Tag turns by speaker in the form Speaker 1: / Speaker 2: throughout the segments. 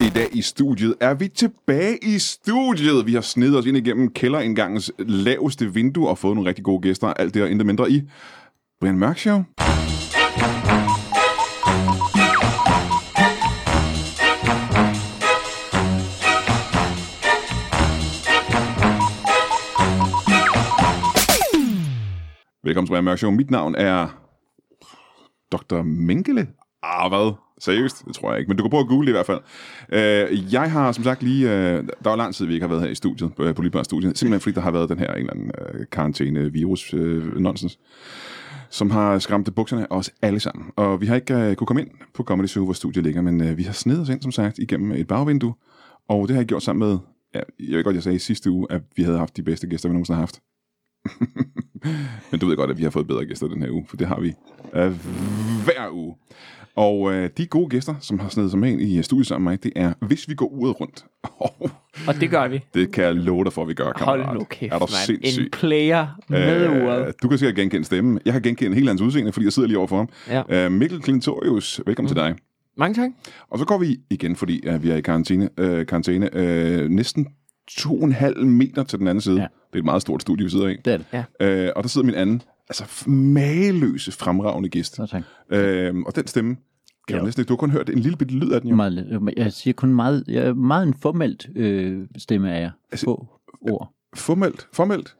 Speaker 1: I dag i studiet er vi tilbage i studiet. Vi har snedet os ind igennem kælderindgangens laveste vindue og fået nogle rigtig gode gæster. Alt det og intet mindre i Brian Mørk Show. Velkommen til Brian Mørk Show. Mit navn er Dr. Mengele. Ah, hvad? Seriøst? Det tror jeg ikke, men du kan prøve at google det i hvert fald. Øh, jeg har som sagt lige... Øh, der var lang tid, vi ikke har været her i studiet, øh, på Lydbørns studie, simpelthen fordi der har været den her en eller anden øh, karantæne-virus-nonsens, som har skræmt bukserne af os alle sammen. Og vi har ikke øh, kunne komme ind på Comedy Zoo, hvor studiet ligger, men øh, vi har snedet os ind, som sagt, igennem et bagvindue, og det har jeg gjort sammen med... Ja, jeg ved godt, jeg sagde i sidste uge, at vi havde haft de bedste gæster, vi nogensinde har haft. Men du ved godt, at vi har fået bedre gæster den her uge, for det har vi øh, hver uge. Og øh, de gode gæster, som har snedet sig med ind i øh, studiet sammen med mig, det er, hvis vi går uret rundt. Oh,
Speaker 2: Og det gør vi.
Speaker 1: det kan jeg love dig for, at vi gør, kammerat.
Speaker 2: Hold nu kæft,
Speaker 1: Er du
Speaker 2: mand. En
Speaker 1: sindssyg?
Speaker 2: player med øh,
Speaker 1: Øh,
Speaker 2: uret.
Speaker 1: du kan sikkert genkende stemmen. Jeg kan genkende hele hans udseende, fordi jeg sidder lige overfor ham.
Speaker 2: Ja.
Speaker 1: Øh, Mikkel Klintorius, velkommen mm. til dig.
Speaker 2: Mange tak.
Speaker 1: Og så går vi igen, fordi øh, vi er i karantæne, øh, karantæne øh, næsten 2,5 meter til den anden side. Ja.
Speaker 3: Ja.
Speaker 1: Det er et meget stort studie, vi sidder i.
Speaker 3: Det er det.
Speaker 2: Ja.
Speaker 1: Øh, og der sidder min anden, altså f- mageløse, fremragende gæst.
Speaker 3: Så tak.
Speaker 1: Øh, og den stemme, kan
Speaker 3: Ja.
Speaker 1: du næsten ikke, du har kun hørt en lille bitte lyd af den
Speaker 3: Det er
Speaker 1: jo.
Speaker 2: Mm.
Speaker 3: meget lidt. Øh, Jeg siger kun meget, jeg er meget en formelt øh, stemme af jer.
Speaker 1: Altså-
Speaker 3: Få ord.
Speaker 1: Formelt, formelt.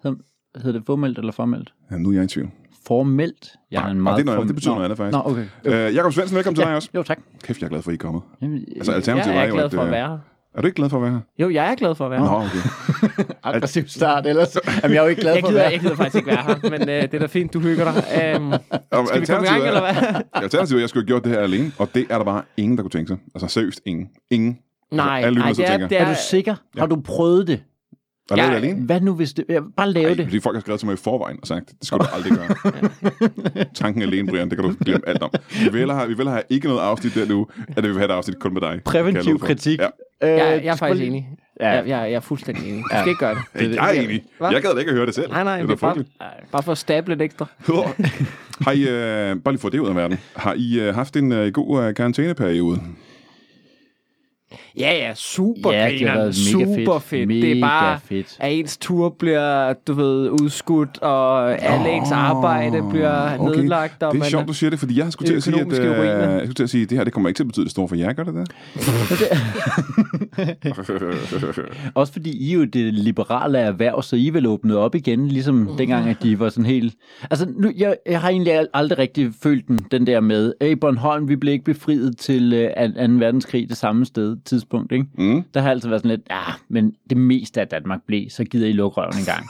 Speaker 3: Hedder det formelt eller formelt?
Speaker 1: Ja, nu er jeg i tvivl.
Speaker 3: Formelt. Jeg
Speaker 1: Nej,
Speaker 3: har en
Speaker 1: nej,
Speaker 3: meget
Speaker 1: det er noget andet.
Speaker 3: formel-
Speaker 1: Det betyder
Speaker 3: Nå.
Speaker 1: noget andet, faktisk.
Speaker 3: Nå, okay.
Speaker 1: Øh, Jakob Svendsen, velkommen til dig også.
Speaker 3: Jo, tak.
Speaker 1: Kæft, jeg er glad for, at I er kommet.
Speaker 3: Jamen,
Speaker 1: Altså,
Speaker 3: øh,
Speaker 1: alternativet
Speaker 2: jeg
Speaker 1: var
Speaker 2: er
Speaker 1: jo,
Speaker 2: glad for at
Speaker 1: øh,
Speaker 2: være her.
Speaker 1: Er du ikke glad for at være her?
Speaker 2: Jo, jeg er glad for at være her.
Speaker 1: Nå, okay.
Speaker 3: øh, aggressiv start ellers. Jamen, jeg er jo ikke glad
Speaker 2: Jeg
Speaker 3: for
Speaker 2: gider, jeg
Speaker 3: at være.
Speaker 2: gider faktisk ikke være her, men øh, det er da fint, du hygger dig. Um,
Speaker 1: Og
Speaker 2: skal vi komme i gang, eller hvad?
Speaker 1: Alternativet er, at jeg skulle have gjort det her alene, og det er der bare ingen, der kunne tænke sig. Altså seriøst ingen. Ingen.
Speaker 2: Nej,
Speaker 1: Alle lytter,
Speaker 2: nej,
Speaker 1: så
Speaker 2: det er,
Speaker 1: tænker.
Speaker 2: det
Speaker 3: Er
Speaker 2: er,
Speaker 3: du sikker? Har du prøvet det?
Speaker 1: Der er
Speaker 2: Jeg-
Speaker 1: det alene.
Speaker 3: Hvad nu hvis det... Ja, bare lave
Speaker 1: Ej,
Speaker 3: det.
Speaker 1: fordi folk har skrevet til mig i forvejen og sagt, det skal du aldrig gøre. Tanken alene, Brian, det kan du glemme alt om. Vi vil have, vi vil have ikke noget afsnit den uge, at vi vil have et afsnit kun med dig. Kan jeg
Speaker 3: Præventiv
Speaker 1: love for.
Speaker 3: kritik.
Speaker 1: Ja.
Speaker 3: Øh,
Speaker 2: jeg, jeg er
Speaker 3: skal
Speaker 2: faktisk
Speaker 3: lige-
Speaker 2: enig.
Speaker 3: Ja.
Speaker 2: Jeg, jeg, jeg er fuldstændig enig. Du skal ikke gøre det.
Speaker 1: Hey, jeg er enig.
Speaker 2: Hva?
Speaker 1: Jeg gad da ikke at høre det selv.
Speaker 2: Nej, nej,
Speaker 1: det
Speaker 2: det
Speaker 1: da
Speaker 2: er bare,
Speaker 1: frygteligt.
Speaker 2: bare for at stable lidt ekstra.
Speaker 1: Har I, øh, bare lige for det ud af verden, har I øh, haft en øh, god øh, karantæneperiode?
Speaker 2: Ja, ja, super
Speaker 3: Ja, det har
Speaker 2: grineren.
Speaker 3: været mega fedt.
Speaker 2: super fedt. det er
Speaker 3: Mega
Speaker 2: bare,
Speaker 3: fedt.
Speaker 2: at ens tur bliver, du ved, udskudt, og alle ens arbejde bliver
Speaker 1: okay.
Speaker 2: nedlagt. Og
Speaker 1: Det er
Speaker 2: man,
Speaker 1: sjovt, du siger det, fordi jeg skulle til at sige, at,
Speaker 2: Økonomiske
Speaker 1: øh,
Speaker 2: ruiner.
Speaker 1: jeg skulle til at sige, at det her det kommer ikke til at betyde det store for jer, gør det det?
Speaker 3: Også fordi I er jo det liberale erhverv, så I er vel åbnet op igen, ligesom
Speaker 1: Mhm.
Speaker 3: dengang, at de var sådan helt... Altså, nu, jeg, jeg har egentlig al- aldrig rigtig følt den, den der med, hey, Bornholm, vi blev ikke befriet til øh, 2. verdenskrig det samme sted, tidspunkt, ikke?
Speaker 1: Mm.
Speaker 3: Der har altid været sådan lidt, ja, ah, men det meste af Danmark blev, så gider I lukke røven en gang.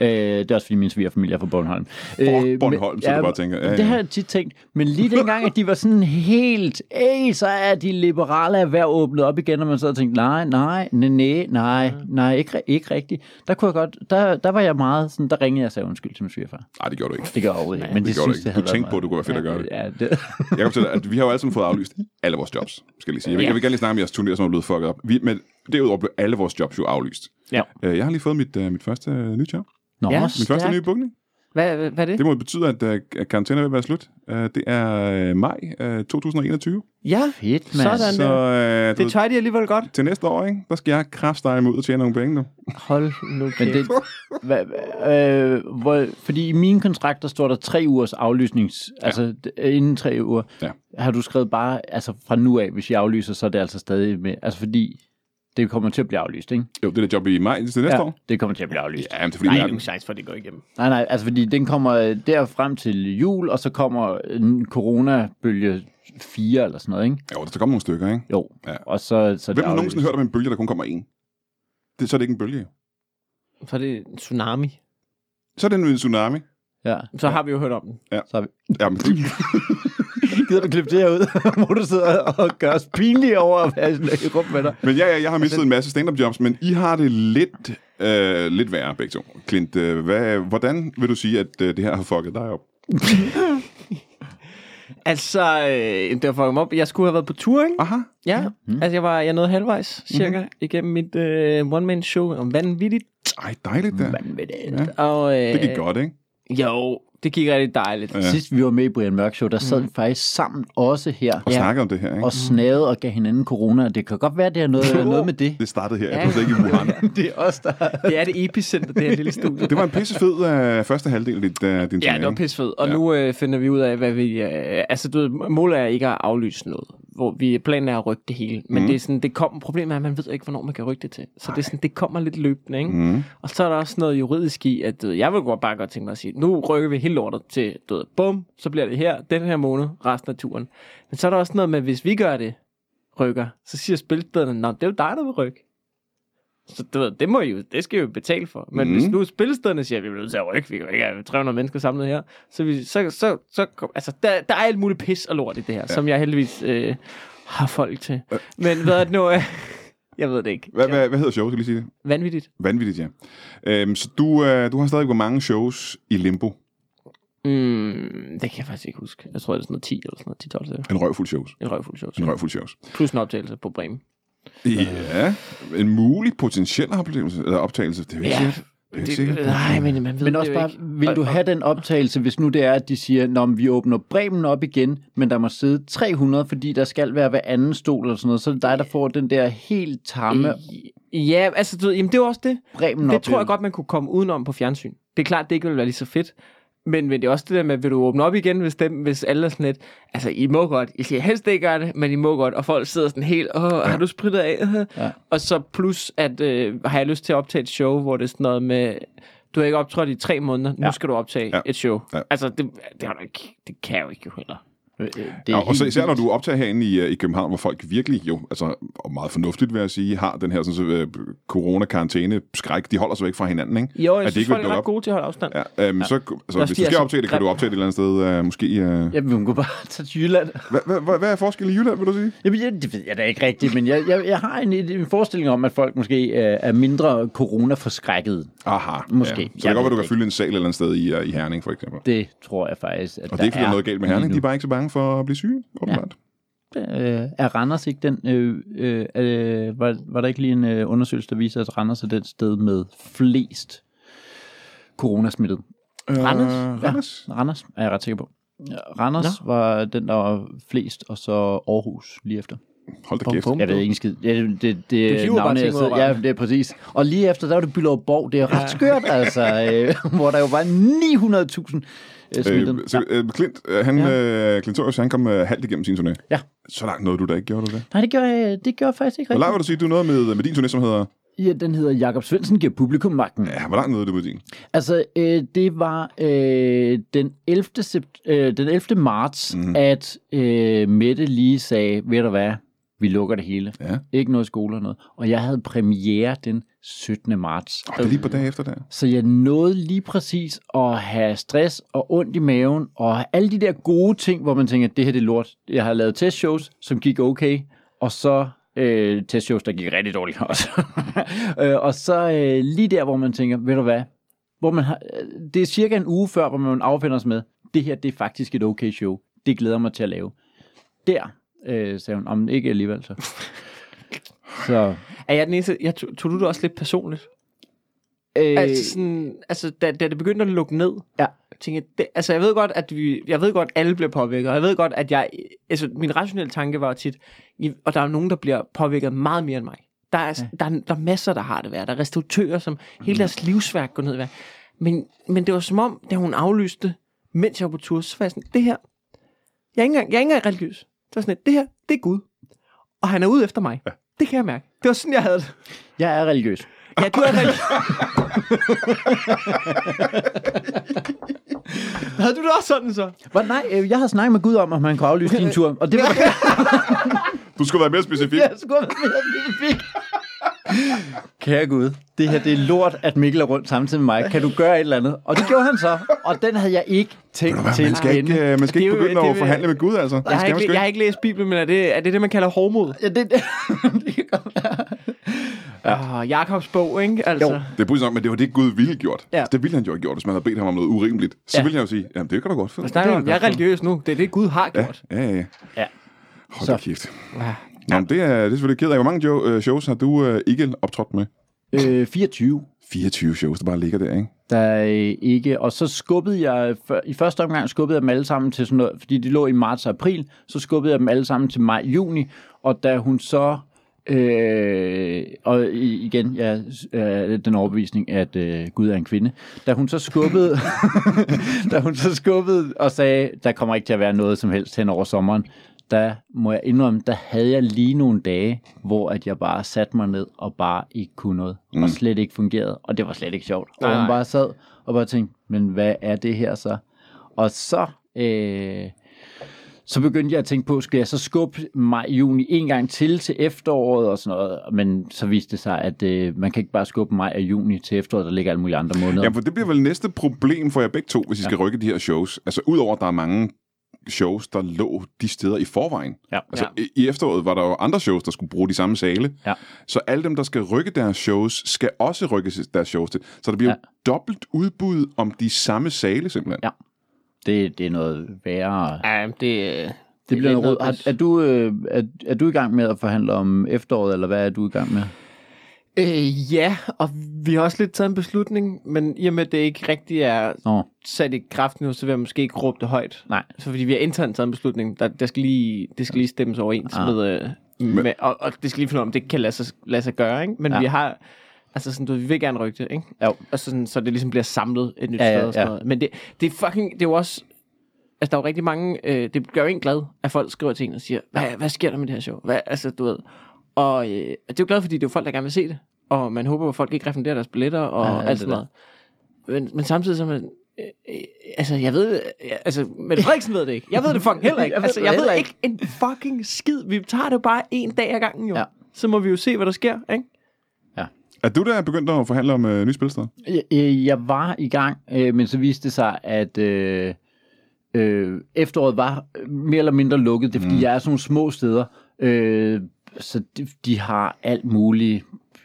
Speaker 3: øh, det er også fordi min svigerfamilie er fra Bornholm. Øh, men-
Speaker 1: Bornholm, så du bare tænker, ja, ja.
Speaker 3: Det har jeg tit tænkt, men lige dengang, at de var sådan helt, ey, så er de liberale erhverv åbnet op igen, og man så tænkte, nej, nej, nej, nej, nej, nej, ikke, ikke rigtigt. Der kunne jeg godt, der, der var jeg meget sådan, der ringede jeg og sagde undskyld til min svigerfar.
Speaker 1: Nej, det gjorde du ikke.
Speaker 3: Det gør jeg overhovedet ikke, men det,
Speaker 1: gjorde
Speaker 3: synes
Speaker 1: du
Speaker 3: jeg
Speaker 1: ikke.
Speaker 3: havde
Speaker 1: Du tænkte
Speaker 3: været
Speaker 1: på, at det kunne være fedt at gøre det.
Speaker 3: meget- Ja,
Speaker 1: Jeg
Speaker 3: det.
Speaker 1: kan fortælle, at vi har jo alle sammen fået aflyst alle vores jobs, skal jeg lige sige. Jeg vil,
Speaker 2: Ja.
Speaker 1: jeg vil gerne lige snakke om jeres turnéer, som er blevet fucket op. Vi, men derudover blev alle vores jobs jo aflyst.
Speaker 3: Ja.
Speaker 1: Øh, Jeg har lige fået mit, øh, mit første øh, nye job.
Speaker 3: Nå,
Speaker 2: Ja.
Speaker 3: ja.
Speaker 1: Min første nye bukning.
Speaker 2: Hvad, hvad, hvad er det?
Speaker 1: Det må jo betyde, at øh, at karantæne vil være slut. Øh, Det er øh, maj øh, 2021.
Speaker 2: Ja,
Speaker 3: fedt, mand.
Speaker 2: sådan
Speaker 1: Så
Speaker 2: der.
Speaker 1: øh, du
Speaker 2: Det
Speaker 1: ved,
Speaker 2: tør de alligevel godt.
Speaker 1: til næste år, ikke? der skal jeg kraftstejle ud og tjene nogle penge nu.
Speaker 2: Hold nu
Speaker 3: Men
Speaker 2: kæft.
Speaker 3: det, hva, øh, hvor, fordi i mine kontrakter står der tre ugers aflysnings, ja. altså d- inden tre uger.
Speaker 1: Ja.
Speaker 3: Har du skrevet bare, altså fra nu af, hvis jeg aflyser, så er det altså stadig med, altså fordi det kommer til at blive aflyst, ikke?
Speaker 1: Jo, det er det job i maj til næste ja. år.
Speaker 3: Det kommer til at blive aflyst.
Speaker 1: Ja, men det er fordi,
Speaker 2: Nej,
Speaker 1: verden-
Speaker 2: der er nogen chance for, at det går igennem.
Speaker 3: Nej, nej, altså fordi den kommer øh, der frem til jul, og så kommer en coronabølge 4 eller sådan noget, ikke?
Speaker 1: Jo, der skal komme nogle stykker, ikke?
Speaker 3: Jo,
Speaker 1: Ja.
Speaker 3: og så, så er det
Speaker 1: Hvem har
Speaker 3: aflyst.
Speaker 1: nogensinde hørt om en bølge, der kun kommer en? Det, så er det ikke en bølge. jo.
Speaker 2: Så er det en tsunami.
Speaker 1: Så er det en tsunami.
Speaker 3: Ja,
Speaker 2: Så har vi jo hørt om den.
Speaker 3: så har vi...
Speaker 1: Jamen, det-
Speaker 3: Gider du klippe det her ud, hvor du sidder og gør os pinlige over at være i rum med dig?
Speaker 1: men ja, ja, jeg har mistet en masse stand-up jobs, men I har det lidt, øh, lidt værre begge to. Klint, øh, hvad, hvordan vil du sige, at øh, det her har fucket dig op?
Speaker 2: Altså, øh, det var fucking op. Jeg skulle have været på tur, ikke?
Speaker 1: Aha.
Speaker 2: Ja,
Speaker 1: Mhm.
Speaker 2: mm. altså jeg, var, jeg nåede halvvejs cirka mm-hmm. igennem mit øh, one-man-show. Vanvittigt.
Speaker 1: Ej, dejligt der.
Speaker 3: Vanvittigt.
Speaker 2: Og, øh,
Speaker 1: Det gik godt, ikke?
Speaker 2: Jo, det gik rigtig dejligt.
Speaker 3: Ja. Sidst vi var med i Brian Mørk Show, der sad mm. vi faktisk sammen også her.
Speaker 1: Og ja. snakke om det her, ikke?
Speaker 3: og snavede og gav hinanden corona, og det kan godt være, det har noget, noget med det.
Speaker 1: Det startede her,
Speaker 2: Ja.
Speaker 1: jeg ja. ikke i Wuhan.
Speaker 3: Det er også der...
Speaker 2: Det er det epicenter, det her lille studie.
Speaker 1: Det var en pissefed uh, første halvdel af dit, uh, din turnering.
Speaker 2: Ja, det var pissefedt. Og ja. nu øh, finder vi ud af, hvad vi... Øh, altså, du ved, målet er ikke at aflyse noget. Hvor vi, planen er at rykke det hele. Men mm. det er sådan, det kommer... Problemet er, at man ved ikke, hvornår man kan rykke det til. Så det, er sådan, det kommer lidt løbende, ikke? Mm. Og så er der også noget juridisk i, at du ved, jeg vil godt bare godt tænke mig at sige, nu rykker vi hele lortet til, du ved, bum, så bliver det her, den her måned, resten af turen. Men så er der også noget med, hvis vi gør det, rykker, så siger spilstederne, nå, det er jo dig, der vil rykke. Så du ved, det, må I jo, det skal I jo betale for. Men mm.
Speaker 1: Mhm.
Speaker 2: hvis nu spillestederne siger, at vi bliver nødt til at rykke, vi kan ikke have 300 mennesker samlet her, så, vi, så, så, så kom, altså, der, der er alt muligt pis og lort i det her, ja. som jeg heldigvis øh, har folk til. Men hvad er det nu? øh, jeg ved det ikke.
Speaker 1: Hvad, hvad, hvad hedder showet, skal jeg lige sige det?
Speaker 2: Vanvittigt.
Speaker 1: Vanvittigt, ja. Øhm, så du, øh, du har stadig hvor mange shows i limbo.
Speaker 2: Mm, det kan jeg faktisk ikke huske. Jeg tror, det er sådan noget 10 eller sådan noget, 10-12 stykker.
Speaker 1: En røvfuld shows.
Speaker 2: En røvfuld show.
Speaker 1: En røvfuld shows.
Speaker 2: Plus en optagelse på Bremen.
Speaker 1: Ja, en mulig potentiel oplevelse, eller optagelse. Det er jo ikke
Speaker 2: Ja,
Speaker 1: sikkert. Det er jo ikke sikkert.
Speaker 2: nej, men man ved
Speaker 3: Men også
Speaker 2: det jo
Speaker 3: bare,
Speaker 2: ikke.
Speaker 3: vil du have den optagelse, hvis nu det er, at de siger, når vi åbner bremen op igen, men der må sidde 300, fordi der skal være hver anden stol eller sådan noget, så er det dig, der får den der helt tamme
Speaker 2: Ja, altså, du ved, jamen, det er jo også det.
Speaker 3: bremen
Speaker 2: Det tror jeg godt, man kunne komme udenom på fjernsyn. Det er klart, det ikke ville være lige så fedt. Men, men det er også det der med, vil du åbne op igen, hvis, dem, hvis alle er sådan lidt, altså I må godt, I skal helst ikke gøre det, men I må godt, og folk sidder sådan helt, åh, har du spritet af? Ja. Og så plus, at øh, har jeg lyst til at optage et show, hvor det er sådan noget med, du har ikke optrådt i tre måneder, nu skal du optage
Speaker 1: Ja.
Speaker 2: ja. et show.
Speaker 1: Ja.
Speaker 2: Ja. Altså, det, det, har du ikke, det kan jeg jo ikke jo heller.
Speaker 3: Øh, Det
Speaker 1: Ja,
Speaker 3: er
Speaker 1: og så
Speaker 3: helt
Speaker 1: især når du optager herinde i, øh, i København, hvor folk virkelig jo, altså og meget fornuftigt vil jeg sige, har den her sådan, så, øh, corona-karantæne-skræk, de holder sig væk fra hinanden, ikke?
Speaker 2: Jo, jeg
Speaker 1: At de
Speaker 2: synes,
Speaker 1: ikke vil
Speaker 2: folk
Speaker 1: dukke
Speaker 2: er ret
Speaker 1: op.
Speaker 2: gode til at holde afstand. Ja.
Speaker 1: Ja, øhm, ja. så altså,
Speaker 2: Også
Speaker 1: hvis
Speaker 2: de
Speaker 1: du
Speaker 2: er
Speaker 1: skal
Speaker 2: så
Speaker 1: optage det, kan du
Speaker 2: grimme.
Speaker 1: optage det et eller andet sted, øh, måske... Øh...
Speaker 3: Jamen, hun kunne bare tage til Jylland.
Speaker 1: Hvad, hvad, hvad, hvad er forskellen i Jylland, vil du sige?
Speaker 3: Jamen, jeg, det ved jeg da ikke rigtigt, men jeg, jeg, jeg har en, en forestilling om, at folk måske øh, er mindre corona-forskrækket.
Speaker 1: Aha.
Speaker 3: Måske.
Speaker 1: Ja. Så det
Speaker 3: Jeg
Speaker 1: kan godt
Speaker 3: ved
Speaker 1: være, du
Speaker 3: det
Speaker 1: kan fylde en sal et eller andet sted i, øh, i Herning, for eksempel.
Speaker 3: Det tror jeg faktisk, at
Speaker 1: Og det er ikke, fordi der er noget galt med Herning. De er bare ikke så bange for at blive syge, åbenbart.
Speaker 3: Øh, er Randers ikke den... Øh, øh, øh, var, var der ikke lige en øh, undersøgelse, der viser, at Randers er den sted med flest coronasmittede?
Speaker 1: Øh,
Speaker 2: Randers?
Speaker 1: Randers?
Speaker 3: Ja, Randers er jeg ret sikker på. Ja, Randers Nå. var den, der var flest, og så Aarhus lige efter.
Speaker 1: Hold da kæft. Øh,
Speaker 2: bum.
Speaker 3: Jeg ved ikke en skid. Ja, det, det, det,
Speaker 2: flyver bare
Speaker 3: navne,
Speaker 2: ting
Speaker 3: jeg
Speaker 2: ud
Speaker 3: sidder-
Speaker 2: af
Speaker 3: Ja,
Speaker 2: røven.
Speaker 3: det er præcis. Og lige efter, der var det Bylov Borg. Det er ret skørt, altså. Øh, hvor der jo var 900.000 øh, smittede.
Speaker 1: Øh, så øh, Clint, øh, han, øh, Clintorius, han kom øh, halvt igennem sin turné.
Speaker 3: Ja.
Speaker 1: Så langt nåede du da ikke, gjorde du det?
Speaker 3: Nej, det gør, jeg, det gør jeg faktisk ikke
Speaker 1: Hvor langt
Speaker 3: rigtigt.
Speaker 1: vil du sige, du nåede med, med din turné, som hedder...
Speaker 3: Ja, den hedder Jakob Svendsen giver publikum magten.
Speaker 1: Ja, hvor langt nåede du med din?
Speaker 3: Altså, øh, det var øh, den, 11. Sept, øh, den 11. marts, mm.
Speaker 1: Mhm.
Speaker 3: at øh, Mette lige sagde, ved du hvad, vi lukker det hele.
Speaker 1: Ja.
Speaker 3: Ikke noget skole og noget. Og jeg havde premiere den 17. marts.
Speaker 1: Oh, det er lige på dag efter der.
Speaker 3: Så jeg nåede lige præcis at have stress og ondt i maven, og alle de der gode ting, hvor man tænker, at det her det er lort. Jeg har lavet testshows, som gik okay, og så øh, testshows, der gik rigtig dårligt også. øh, og så øh, lige der, hvor man tænker, ved du hvad, hvor man har, øh, det er cirka en uge før, hvor man affinder sig med, det her det er faktisk et okay show. Det glæder jeg mig til at lave. Der, øh, sagde hun, om ikke alligevel så. så
Speaker 2: Er jeg den eneste, jeg, tog, tog du det også lidt personligt?
Speaker 3: øh,
Speaker 2: Altså, sådan, altså da, da det begyndte at lukke ned,
Speaker 3: Ja.
Speaker 2: tænkte jeg, det, altså jeg ved godt, at vi, jeg ved godt, at alle bliver påvirket, og jeg ved godt, at jeg, altså min rationelle tanke var tit, I- og der er nogen, der bliver påvirket meget mere end mig. Der er, ja. Mhm. der, er- der er masser, der har det værd. Der er restauratører, som hele deres livsværk går ned i værd. Men, men det var som om, da hun aflyste, mens jeg var på tur, så var jeg sådan, det her, jeg er ikke engang, jeg er ikke engang religiøs. Det var sådan, lidt, det her, det er Gud. Og han er ude efter mig. Ja. Det kan jeg mærke. Det var sådan, jeg havde det.
Speaker 3: jeg er religiøs.
Speaker 2: Ja, du er religiøs. Havde du det også sådan så?
Speaker 3: Hvor, nej, øh, jeg har snakket med Gud om, at man kunne aflyse din tur, og det var
Speaker 1: Du skulle være mere specifik.
Speaker 3: jeg skulle have været mere specifik. Kære Gud, det her det er lort, at Mikkel er rundt samtidig med mig. Kan du gøre et eller andet? Og det gjorde han så, og den havde jeg ikke tænkt
Speaker 1: Hvad,
Speaker 3: til
Speaker 1: Man skal
Speaker 3: inden.
Speaker 1: ikke, øh, man skal
Speaker 2: Det er
Speaker 1: ikke
Speaker 2: jo-
Speaker 1: begynde
Speaker 2: det
Speaker 1: at
Speaker 2: vil-
Speaker 1: forhandle med Gud, altså. Det
Speaker 2: Jeg har,
Speaker 1: skal man sgu
Speaker 2: ikke, jeg har
Speaker 1: ikke.
Speaker 2: ikke læst Bibelen, men er det er det, det man kalder hovmod?
Speaker 3: Ja, det, det, kan godt være.
Speaker 2: Ja. Oh, Jakobs bog, ikke? Altså.
Speaker 3: Jo.
Speaker 1: Det er pludselig nok, men det var det, Gud ville gjort. Altså,
Speaker 2: Ja.
Speaker 1: Det ville han jo have gjort, hvis man havde bedt ham om noget urimeligt. Så
Speaker 3: Ja.
Speaker 1: ville han jo sige, jamen det kan du godt.
Speaker 2: Jeg,
Speaker 1: Finde.
Speaker 2: snakker om, jeg er religiøs nu. Det er det, Gud har gjort.
Speaker 1: Ja, ja, ja.
Speaker 3: Ja.
Speaker 1: Hold
Speaker 3: Så.
Speaker 1: da kæft.
Speaker 2: Ja.
Speaker 1: Nå, men det, er, det er selvfølgelig ked af. Hvor mange jo, øh, shows har du øh, ikke optrådt med?
Speaker 3: Øh, 24.
Speaker 1: 24 shows, der bare ligger der, ikke?
Speaker 3: Der er øh, ikke, og så skubbede jeg, før- i første omgang skubbede jeg dem alle sammen til sådan noget, fordi de lå i marts og april, så skubbede jeg dem alle sammen til maj, juni, og da hun så, øh, og i- igen, jeg øh, er lidt den overbevisning, at øh, Gud er en kvinde, da hun så skubbede, da hun så skubbede og sagde, der kommer ikke til at være noget som helst hen over sommeren, der må jeg indrømme, der havde jeg lige nogle dage, hvor at jeg bare satte mig ned og bare ikke kunne noget, mm. og slet ikke fungerede, og det var slet ikke sjovt.
Speaker 2: Nej,
Speaker 3: og
Speaker 2: nej.
Speaker 3: man bare sad og bare tænkte, men hvad er det her så? Og så, øh, så begyndte jeg at tænke på, skal jeg så skubbe maj, juni en gang til til efteråret og sådan noget, men så viste det sig, at øh, man kan ikke bare skubbe maj og juni til efteråret, der ligger alle mulige andre måneder.
Speaker 1: Ja, for det bliver vel næste problem for jer begge to, hvis I skal rykke de her shows. Altså, udover at der er mange shows, der lå de steder i forvejen.
Speaker 3: Ja.
Speaker 1: Altså, i- i efteråret var der jo andre shows, der skulle bruge de samme sale.
Speaker 3: Ja.
Speaker 1: Så alle dem, der skal rykke deres shows, skal også rykke deres shows til. Så der bliver ja. dobbelt udbud om de samme sale, simpelthen.
Speaker 3: Ja. Det, det er noget værre.
Speaker 2: Ja, det, øh, det,
Speaker 3: Det bliver
Speaker 2: lidt
Speaker 3: noget råd.
Speaker 2: pis.
Speaker 3: Er, er, du, øh, er, er du i gang med at forhandle om efteråret, eller hvad er du i gang med?
Speaker 2: Øh, ja, og vi har også lidt taget en beslutning, men i og med, at det ikke rigtig er
Speaker 3: Nå,
Speaker 2: sat i kraft nu, så vil jeg måske ikke råbe det højt.
Speaker 3: nej.
Speaker 2: Så fordi vi har internt taget en beslutning, der, der skal lige, det skal lige stemmes overens ah.
Speaker 3: Ah.
Speaker 2: med, øh, med og, og, det skal lige finde ud af, om det kan lade sig, lade sig gøre, ikke? Men ja.
Speaker 3: Ja.
Speaker 2: vi har, altså sådan, du, ved, vi vil gerne rykke det, ikke?
Speaker 3: Jo.
Speaker 2: Og så sådan, så det ligesom bliver samlet et nyt
Speaker 3: Ja, ja,
Speaker 2: sted og sådan
Speaker 3: ja.
Speaker 2: noget. Men det, det er fucking, det er jo også, altså der er jo rigtig mange, øh, det gør jo en glad, at folk skriver til en og siger, hvad, hvad sker der med det her show? Hvad, altså, du ved. Og øh, det er jo glad, fordi det er jo folk, der gerne vil se det. Og man håber, at folk ikke refunderer deres billetter og
Speaker 3: Ja,
Speaker 2: ja,
Speaker 3: alt
Speaker 2: alt
Speaker 3: det
Speaker 2: sådan noget. Men, men samtidig så er man, øh, øh, altså, jeg ved, øh, altså, men Frederiksen ved det ikke. Jeg ved det fucking heller ikke.
Speaker 3: Jeg ved
Speaker 2: altså,
Speaker 3: det
Speaker 2: jeg ved
Speaker 3: heller
Speaker 2: ikke en fucking skid. Vi tager det jo bare en dag ad gangen, jo.
Speaker 3: Ja.
Speaker 2: Ja. Så må vi jo se, hvad der sker, ikke?
Speaker 1: Er du der begyndt at forhandle om øh, nye spilsteder?
Speaker 3: Jeg, øh, jeg var i gang, øh, men så viste det sig, at øh, øh, efteråret var øh, mere eller mindre lukket. Det er fordi, mm. jeg er sådan nogle små steder, øh, så de, de har alt muligt,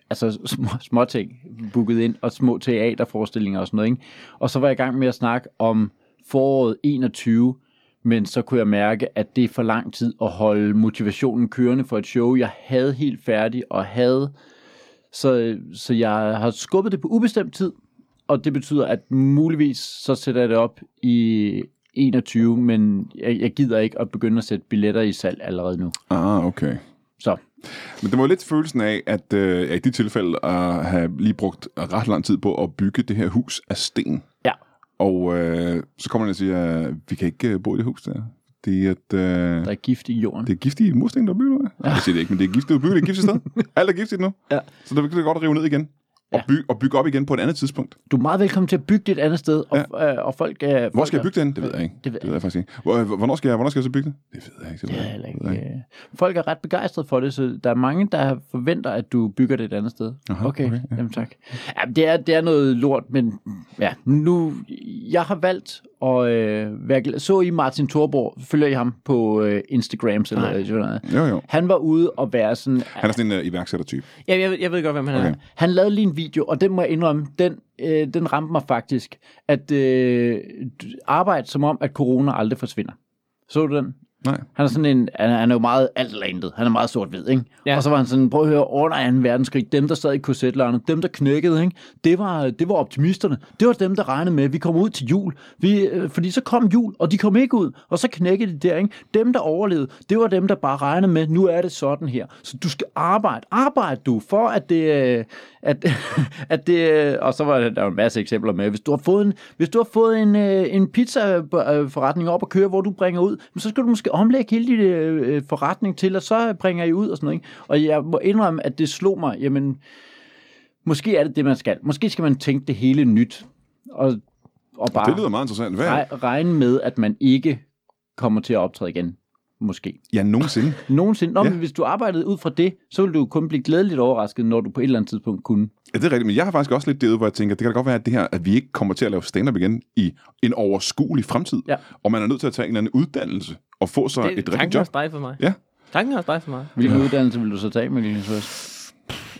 Speaker 3: altså små, små ting booket ind, og små teaterforestillinger og sådan noget. Ikke? Og så var jeg i gang med at snakke om foråret 21, men så kunne jeg mærke, at det er for lang tid at holde motivationen kørende for et show, jeg havde helt færdig og havde så, så jeg har skubbet det på ubestemt tid, og det betyder, at muligvis så sætter jeg det op i 21, men jeg, jeg gider ikke at begynde at sætte billetter i salg allerede nu.
Speaker 1: Ah, okay.
Speaker 3: Så
Speaker 1: Men det var lidt følelsen af, at øh, ja, i de tilfælde at have lige brugt ret lang tid på at bygge det her hus af sten.
Speaker 3: ja,
Speaker 1: Og øh, så kommer den og siger, at vi kan ikke øh, bo i det hus der. Det er, at, øh,
Speaker 3: der er gift i jorden.
Speaker 1: det er giftige mursten, der er bygget. Ja. Jeg siger det ikke, men det er giftigt at bygge det er et giftigt sted. Alt er giftigt nu.
Speaker 3: Ja.
Speaker 1: Så det er godt at rive ned igen. Og, byg, og bygge op igen på et andet tidspunkt.
Speaker 3: Du er meget velkommen til at bygge det et andet sted, og, ja. og, og folk er...
Speaker 1: Hvor skal jeg bygge det henne? Det ved jeg ikke.
Speaker 3: Det ved jeg
Speaker 1: jeg faktisk ikke. Hvor, øh, hvornår, skal jeg, hvornår skal jeg så bygge det? Det ved jeg ikke. Det ved jeg
Speaker 3: Eller
Speaker 1: Det ved jeg
Speaker 3: ikke. øh, Folk er ret begejstrede for det, så der er mange, der forventer, at du bygger det et andet sted.
Speaker 1: Aha,
Speaker 3: okay,
Speaker 1: okay,
Speaker 3: okay ja. jamen tak. Ja, det, er, det er noget lort, men ja, nu, jeg har valgt at øh, være glad. Så I Martin Thorborg, følger I ham på øh, Instagram? Eller,
Speaker 2: Nej.
Speaker 3: sådan noget?
Speaker 1: Jo, jo.
Speaker 3: Han var ude og være sådan...
Speaker 1: Han er sådan en uh, iværksættertype.
Speaker 2: Ja, jeg, ved- jeg ved godt, hvem han okay.
Speaker 1: Okay.
Speaker 2: er.
Speaker 3: Han lavede lige en video, og den må jeg indrømme, den, øh, den ramte mig faktisk, at øh, arbejde som om, at corona aldrig forsvinder. Så du den?
Speaker 1: Nej.
Speaker 3: Han er sådan en, han er, han er jo meget alt eller intet. Han er meget sort-hvid, ikke?
Speaker 2: Ja.
Speaker 3: Ja. Og så var han sådan, prøv at høre, under 2. verdenskrig, dem der sad i korsetlejrene, dem der knækkede, ikke? Det var, det var optimisterne. Det var dem, der regnede med, at vi kom ud til jul. Vi, øh, fordi så kom jul, og de kom ikke ud. Og så knækkede de der, ikke? Dem der overlevede, det var dem, der bare regnede med, nu er det sådan her. Så du skal arbejde. Arbejde du, for at det... øh, At, at det øh, og så var der, der var en masse eksempler med, hvis du har fået en, hvis du har fået en, øh, en pizzaforretning op at køre, hvor du bringer ud, men så skal du måske omlægge hele din øh, øh, forretning til, og så bringer I ud og sådan noget. Ikke? Og jeg må indrømme, at det slog mig, jamen, måske er det det, man skal. Måske skal man tænke det hele nyt, og, og bare
Speaker 1: Det lyder meget interessant. Hvad?
Speaker 3: re- regne med, at man ikke kommer til at optræde igen. Måske.
Speaker 1: Ja, nogensinde.
Speaker 3: Nogensinde. Nå,
Speaker 1: Ja.
Speaker 3: ja. men hvis du arbejdede ud fra det, så ville du kun blive glædeligt overrasket, når du på et eller andet tidspunkt kunne.
Speaker 1: Ja, det er rigtigt, men jeg har faktisk også lidt det, hvor jeg tænker, det kan da godt være, at det her, at vi ikke kommer til at lave stand-up igen i en overskuelig fremtid,
Speaker 3: Ja.
Speaker 1: og man er nødt til at tage en eller anden uddannelse og få sig
Speaker 2: Det,
Speaker 1: et
Speaker 2: tanken
Speaker 1: rigtigt
Speaker 2: har
Speaker 1: job.
Speaker 2: også dig for mig.
Speaker 1: Ja.
Speaker 2: Tanken har også dig for mig.
Speaker 3: Hvilken ja. uddannelse vil du så tage, Mikkel? Niels Høst?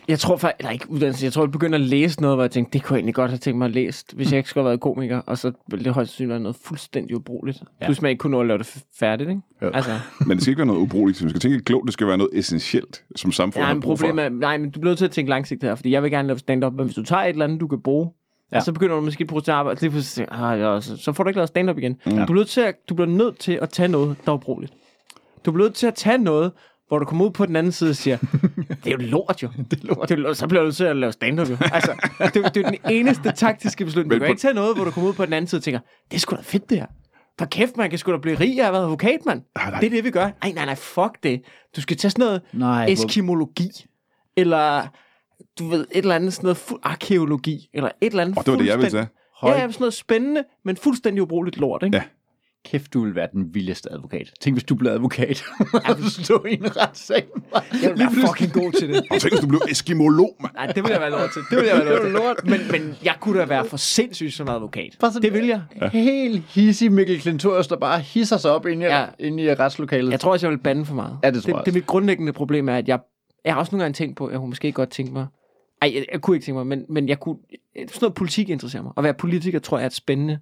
Speaker 2: Ja, Jeg tror faktisk, eller ikke uddannelse, jeg tror, jeg begyndte at læse noget, hvor jeg tænkte, det kunne jeg egentlig godt have tænkt mig at læse, hvis jeg ikke skulle have været komiker, og så ville det højst sandsynligt være noget fuldstændig ubrugeligt. Ja. Plus man ikke kunne nå at lave det f- færdigt, ikke? Ja. Altså,
Speaker 1: Men det skal ikke være noget ubrugeligt. Man skal tænke klogt, det skal være noget essentielt, som samfundet
Speaker 2: nej,
Speaker 1: har
Speaker 2: men
Speaker 1: brug for.
Speaker 2: problemet er, nej, men du bliver nødt til at tænke langsigtet her, fordi jeg vil gerne lave stand-up, men hvis du tager et eller andet, du kan bruge, ja. og så begynder du måske at bruge til arbejde, lige pludselig, tænker jeg, ah, ja, så, så får du ikke lavet stand-up igen. Ja. Du, bliver nødt til at, du bliver nødt til at tage noget, der er ubrugeligt. Du bliver nødt til at tage noget, hvor du kommer ud på den anden side og siger, det er jo lort jo. det er lort. Det er lort. Så bliver du nødt til at lave stand-up jo. Altså, det, det er jo den eneste taktiske beslutning. Du
Speaker 1: Men
Speaker 2: kan
Speaker 1: på-
Speaker 2: ikke tage noget, hvor du kommer ud på den anden side og tænker, det er sgu da fedt det her. For kæft, man kan sgu da blive rig af at være advokat, mand.
Speaker 1: Ah,
Speaker 2: Det er det, vi gør. Nej, nej, nej, fuck det. Du skal tage sådan noget
Speaker 3: Nej, hvor-
Speaker 2: eskimologi, eller du ved, et eller andet sådan noget fu- arkeologi, eller et eller andet
Speaker 1: Og det var det, jeg ville
Speaker 2: fuldstænd-
Speaker 3: tage.
Speaker 2: Ja, ja, sådan noget spændende, men fuldstændig ubrugeligt lort, ikke?
Speaker 1: Ja.
Speaker 3: Kæft, du vil være den vildeste advokat. Tænk, hvis du blev advokat. Jeg ville stå i en retssag.
Speaker 2: Jeg vil være fucking god til det.
Speaker 1: Og tænk, hvis du blev eskimolog, mand.
Speaker 2: Nej, det ville jeg være lort til. Det ville jeg være lort til. Men, men jeg kunne da være for sindssygt som advokat.
Speaker 3: Bare sådan,
Speaker 2: Det vil jeg.
Speaker 3: Ja. Helt hissig Mikkel Klintorius, der bare hisser sig op inde i,
Speaker 2: Ja.
Speaker 3: ja. inde i retslokalet.
Speaker 2: Jeg tror også, jeg vil bande for meget.
Speaker 3: Ja, det tror
Speaker 2: det,
Speaker 3: jeg også.
Speaker 2: det mit grundlæggende problem er, at jeg, jeg har også nogle gange tænkt på, at jeg kunne måske godt tænke mig... Ej, jeg, jeg kunne ikke tænke mig, men, men jeg kunne... Sådan noget politik interesserer mig. At være politiker, tror jeg, er et spændende...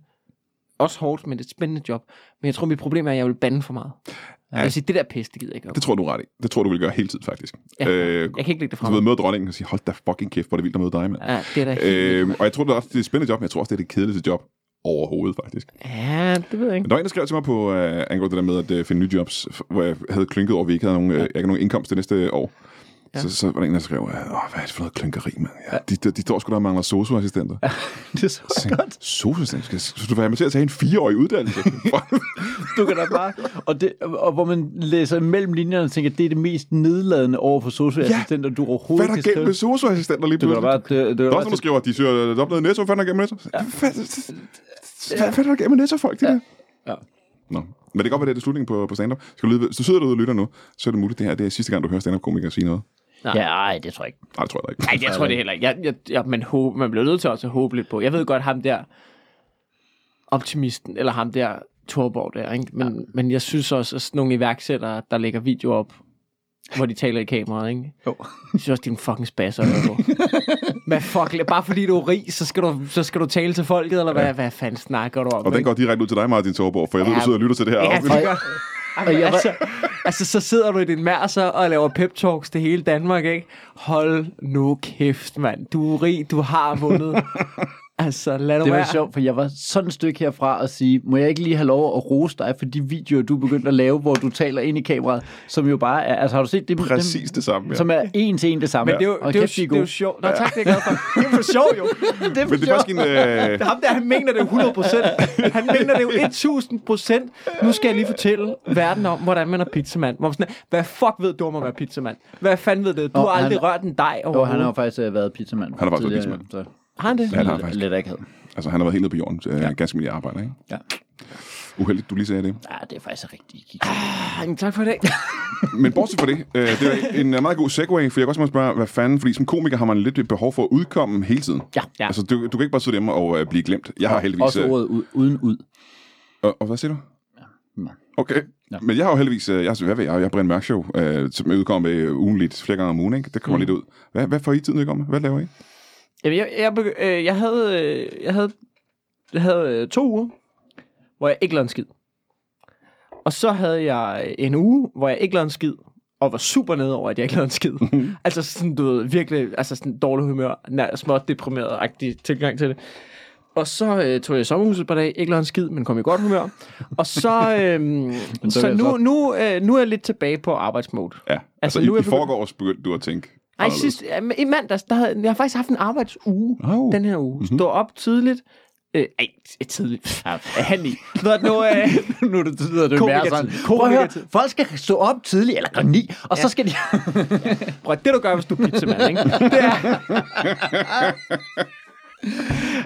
Speaker 2: Også hårdt, men et spændende job. Men jeg tror, mit problem er, at jeg vil bande for meget. Ja. Jeg vil sige, det der pis, det gider jeg ikke. op.
Speaker 1: Det tror jeg, du er ret i. Det tror jeg, du vil gøre hele tiden, faktisk.
Speaker 2: Ja.
Speaker 1: Øh,
Speaker 2: Jeg kan ikke lægge det
Speaker 1: så
Speaker 2: frem.
Speaker 1: du ved, møde dronningen og sige, hold da fucking kæft, hvor er det vildt at møde dig, mand.
Speaker 2: Ja, det er da helt...
Speaker 1: Øh, og jeg tror det er også, det er et spændende job, men jeg tror også, det er det kedeligste job overhovedet, faktisk.
Speaker 2: Ja, det ved jeg
Speaker 1: Men
Speaker 2: ikke.
Speaker 1: der var en, der skrev til mig på øh, angående det der med at øh, finde nye jobs, f- hvor jeg havde klynket over, at vi ikke havde nogen, øh, jeg ikke nogen indkomst det næste år. Ja. Så, så var der en, der skrev, øh, Åh, hvad er det for noget klynkeri, mand? Ja, de, de, de står sgu der og mangler socioassistenter. Ja,
Speaker 3: det er så godt.
Speaker 1: socioassistenter? Skal, skal du være med til at tage en fireårig uddannelse?
Speaker 3: Du kan da bare... Og, det, og hvor man læser imellem linjerne og tænker, at det er det mest nedladende over for socialassistenter, ja. du
Speaker 1: hvad
Speaker 3: overhovedet
Speaker 1: er der
Speaker 3: kan
Speaker 1: galt
Speaker 3: skrive.
Speaker 1: med socioassistenter lige
Speaker 3: Du kan da
Speaker 1: pludselig?
Speaker 3: bare... Det, det,
Speaker 1: Der er også, når du skriver, at de søger øh, oplevet netto, hvad fanden er der gennem netto? Hvad hvad fanden er der gennem netto, folk, de der?
Speaker 3: Ja.
Speaker 1: Nå. Men det kan godt være, det er det slutningen på, på stand-up. Skal du lyde, så sidder du ude og lytter nu, så er det muligt, det her det er sidste gang, du hører stand-up-komikere sige noget.
Speaker 3: ja, ej, det tror jeg ikke.
Speaker 1: Nej, det tror jeg da ikke.
Speaker 2: Nej, jeg tror det heller ikke. Jeg, jeg, jeg, man, håber, man bliver nødt til også at håbe lidt på. Jeg ved godt, ham der optimisten, eller ham der Torborg der, ikke? Men, ja. men jeg synes også, at sådan nogle iværksættere, der lægger videoer op, hvor de taler i kameraet, ikke?
Speaker 3: Jo.
Speaker 2: Jeg synes også, det er en fucking spasser. Men fuck, bare fordi du er rig, så skal du, så skal du tale til folket, eller hvad, ja. hvad fanden snakker du
Speaker 1: Og
Speaker 2: om?
Speaker 1: den
Speaker 2: ikke?
Speaker 1: går direkte ud til dig, Martin Torborg, for jeg ved,
Speaker 2: Ja.
Speaker 1: du sidder og lytter til det her.
Speaker 2: Ja,
Speaker 1: afsnit.
Speaker 2: det gør. Jamen,
Speaker 3: jeg var-
Speaker 2: altså, altså, så sidder du i din mærser og laver pep talks til hele Danmark, ikke? Hold nu kæft, mand. Du er rig, du har vundet. altså, lad nu
Speaker 3: Det var
Speaker 2: være.
Speaker 3: sjovt, for jeg var sådan et stykke herfra at sige, må jeg ikke lige have lov at rose dig for de videoer, du er begyndt at lave, hvor du taler ind i kameraet, som jo bare er... Altså, har du set det?
Speaker 1: Præcis det samme, ja.
Speaker 3: Ja. Som er en til en det samme.
Speaker 2: Men det er jo,
Speaker 3: Og
Speaker 2: det er jo,
Speaker 3: kæft, de
Speaker 2: det er jo
Speaker 3: gode.
Speaker 2: sjovt. Nå, tak, det er jeg glad for. Det er for sjovt, jo. Det er for
Speaker 1: Men det er
Speaker 2: sjovt.
Speaker 1: faktisk en... Øh,
Speaker 2: Ham der, han mener det jo 100%. Han mener det jo 1000%. Nu skal jeg lige fortælle verden om, hvordan man er pizzamand. Hvor man sådan, er, hvad fuck ved du om at være pizzamand? Hvad fanden ved det? Du
Speaker 3: Nå,
Speaker 2: har aldrig
Speaker 3: han-
Speaker 2: rørt en dej
Speaker 3: Og han
Speaker 2: overhovedet.
Speaker 3: har jo faktisk øh, været pizzamand.
Speaker 1: Han har faktisk været
Speaker 3: tidligere, Så
Speaker 2: har han det?
Speaker 1: han har
Speaker 3: lidt-
Speaker 1: faktisk.
Speaker 3: lidt akavet.
Speaker 1: altså, han har været helt nede på jorden. Øh, Ganske almindelig arbejder, ikke?
Speaker 3: Ja.
Speaker 1: Uheldigt, du lige sagde det.
Speaker 3: Ja, det er faktisk rigtig gik.
Speaker 2: Ej, men tak for i dag.
Speaker 1: Men bortset fra det, øh, det er en øh, meget god segue, for jeg kan også måske spørge, hvad fanden, fordi som komiker har man lidt et behov for at udkomme hele tiden.
Speaker 3: Ja.
Speaker 2: Ja.
Speaker 1: Altså, du, du kan ikke bare sidde hjemme og øh, blive glemt. Jeg har heldigvis...
Speaker 3: Også
Speaker 1: Øh,
Speaker 3: ordet ud, uden ud.
Speaker 1: og, og hvad siger du?
Speaker 3: Nå.
Speaker 1: Okay. Ja.
Speaker 3: Ja.
Speaker 1: Men jeg har jo heldigvis, øh, jeg, hvad ved jeg, jeg har Brian Mørk Show, øh, som jeg udkommer med ugenligt flere gange om ugen, ikke? Det kommer mm. lidt ud. Hvad, hvad får I tiden udkommet? Hvad laver I?
Speaker 2: Jamen, jeg, jeg, begy- øh, jeg havde, øh, jeg havde, jeg havde øh, to uger, hvor jeg ikke lavede en skid. Og så havde jeg øh, en uge, hvor jeg ikke lavede en skid, og var super nede over, at jeg ikke lavede en skid.
Speaker 3: Mhm.
Speaker 2: altså sådan, du ved, virkelig altså sådan dårlig humør, nær, småt deprimeret-agtig tilgang til det. Og så øh, tog jeg i sommerhuset et par dage, ikke lavede en skid, men kom i godt humør. Og så, øh, så,
Speaker 3: så er altså- jeg
Speaker 2: nu,
Speaker 3: så-
Speaker 2: nu, øh, nu er jeg lidt tilbage på arbejdsmode.
Speaker 1: Ja, altså, altså
Speaker 2: Altså,
Speaker 1: i,
Speaker 2: nu er
Speaker 1: i
Speaker 2: jeg begyndt-
Speaker 1: forgårs begyndte du at tænke.
Speaker 2: Ej,
Speaker 1: anderledes.
Speaker 2: sidst, ja, men i mandags, der havde, jeg har faktisk haft en arbejdsuge
Speaker 1: Au.
Speaker 2: den her uge. Mm-hmm. Stå op tidligt. Øh, ej, t- tidligt. Ja, han i. Nå, nu, øh,
Speaker 3: nu er det tidligere, det
Speaker 2: Komikertid.
Speaker 3: Prøv at høre,
Speaker 2: Komikertid.
Speaker 3: folk skal stå op tidligt, eller klokken ni, og så skal de...
Speaker 2: prøv, at- det du gør, hvis du er pizzamand, ikke? Det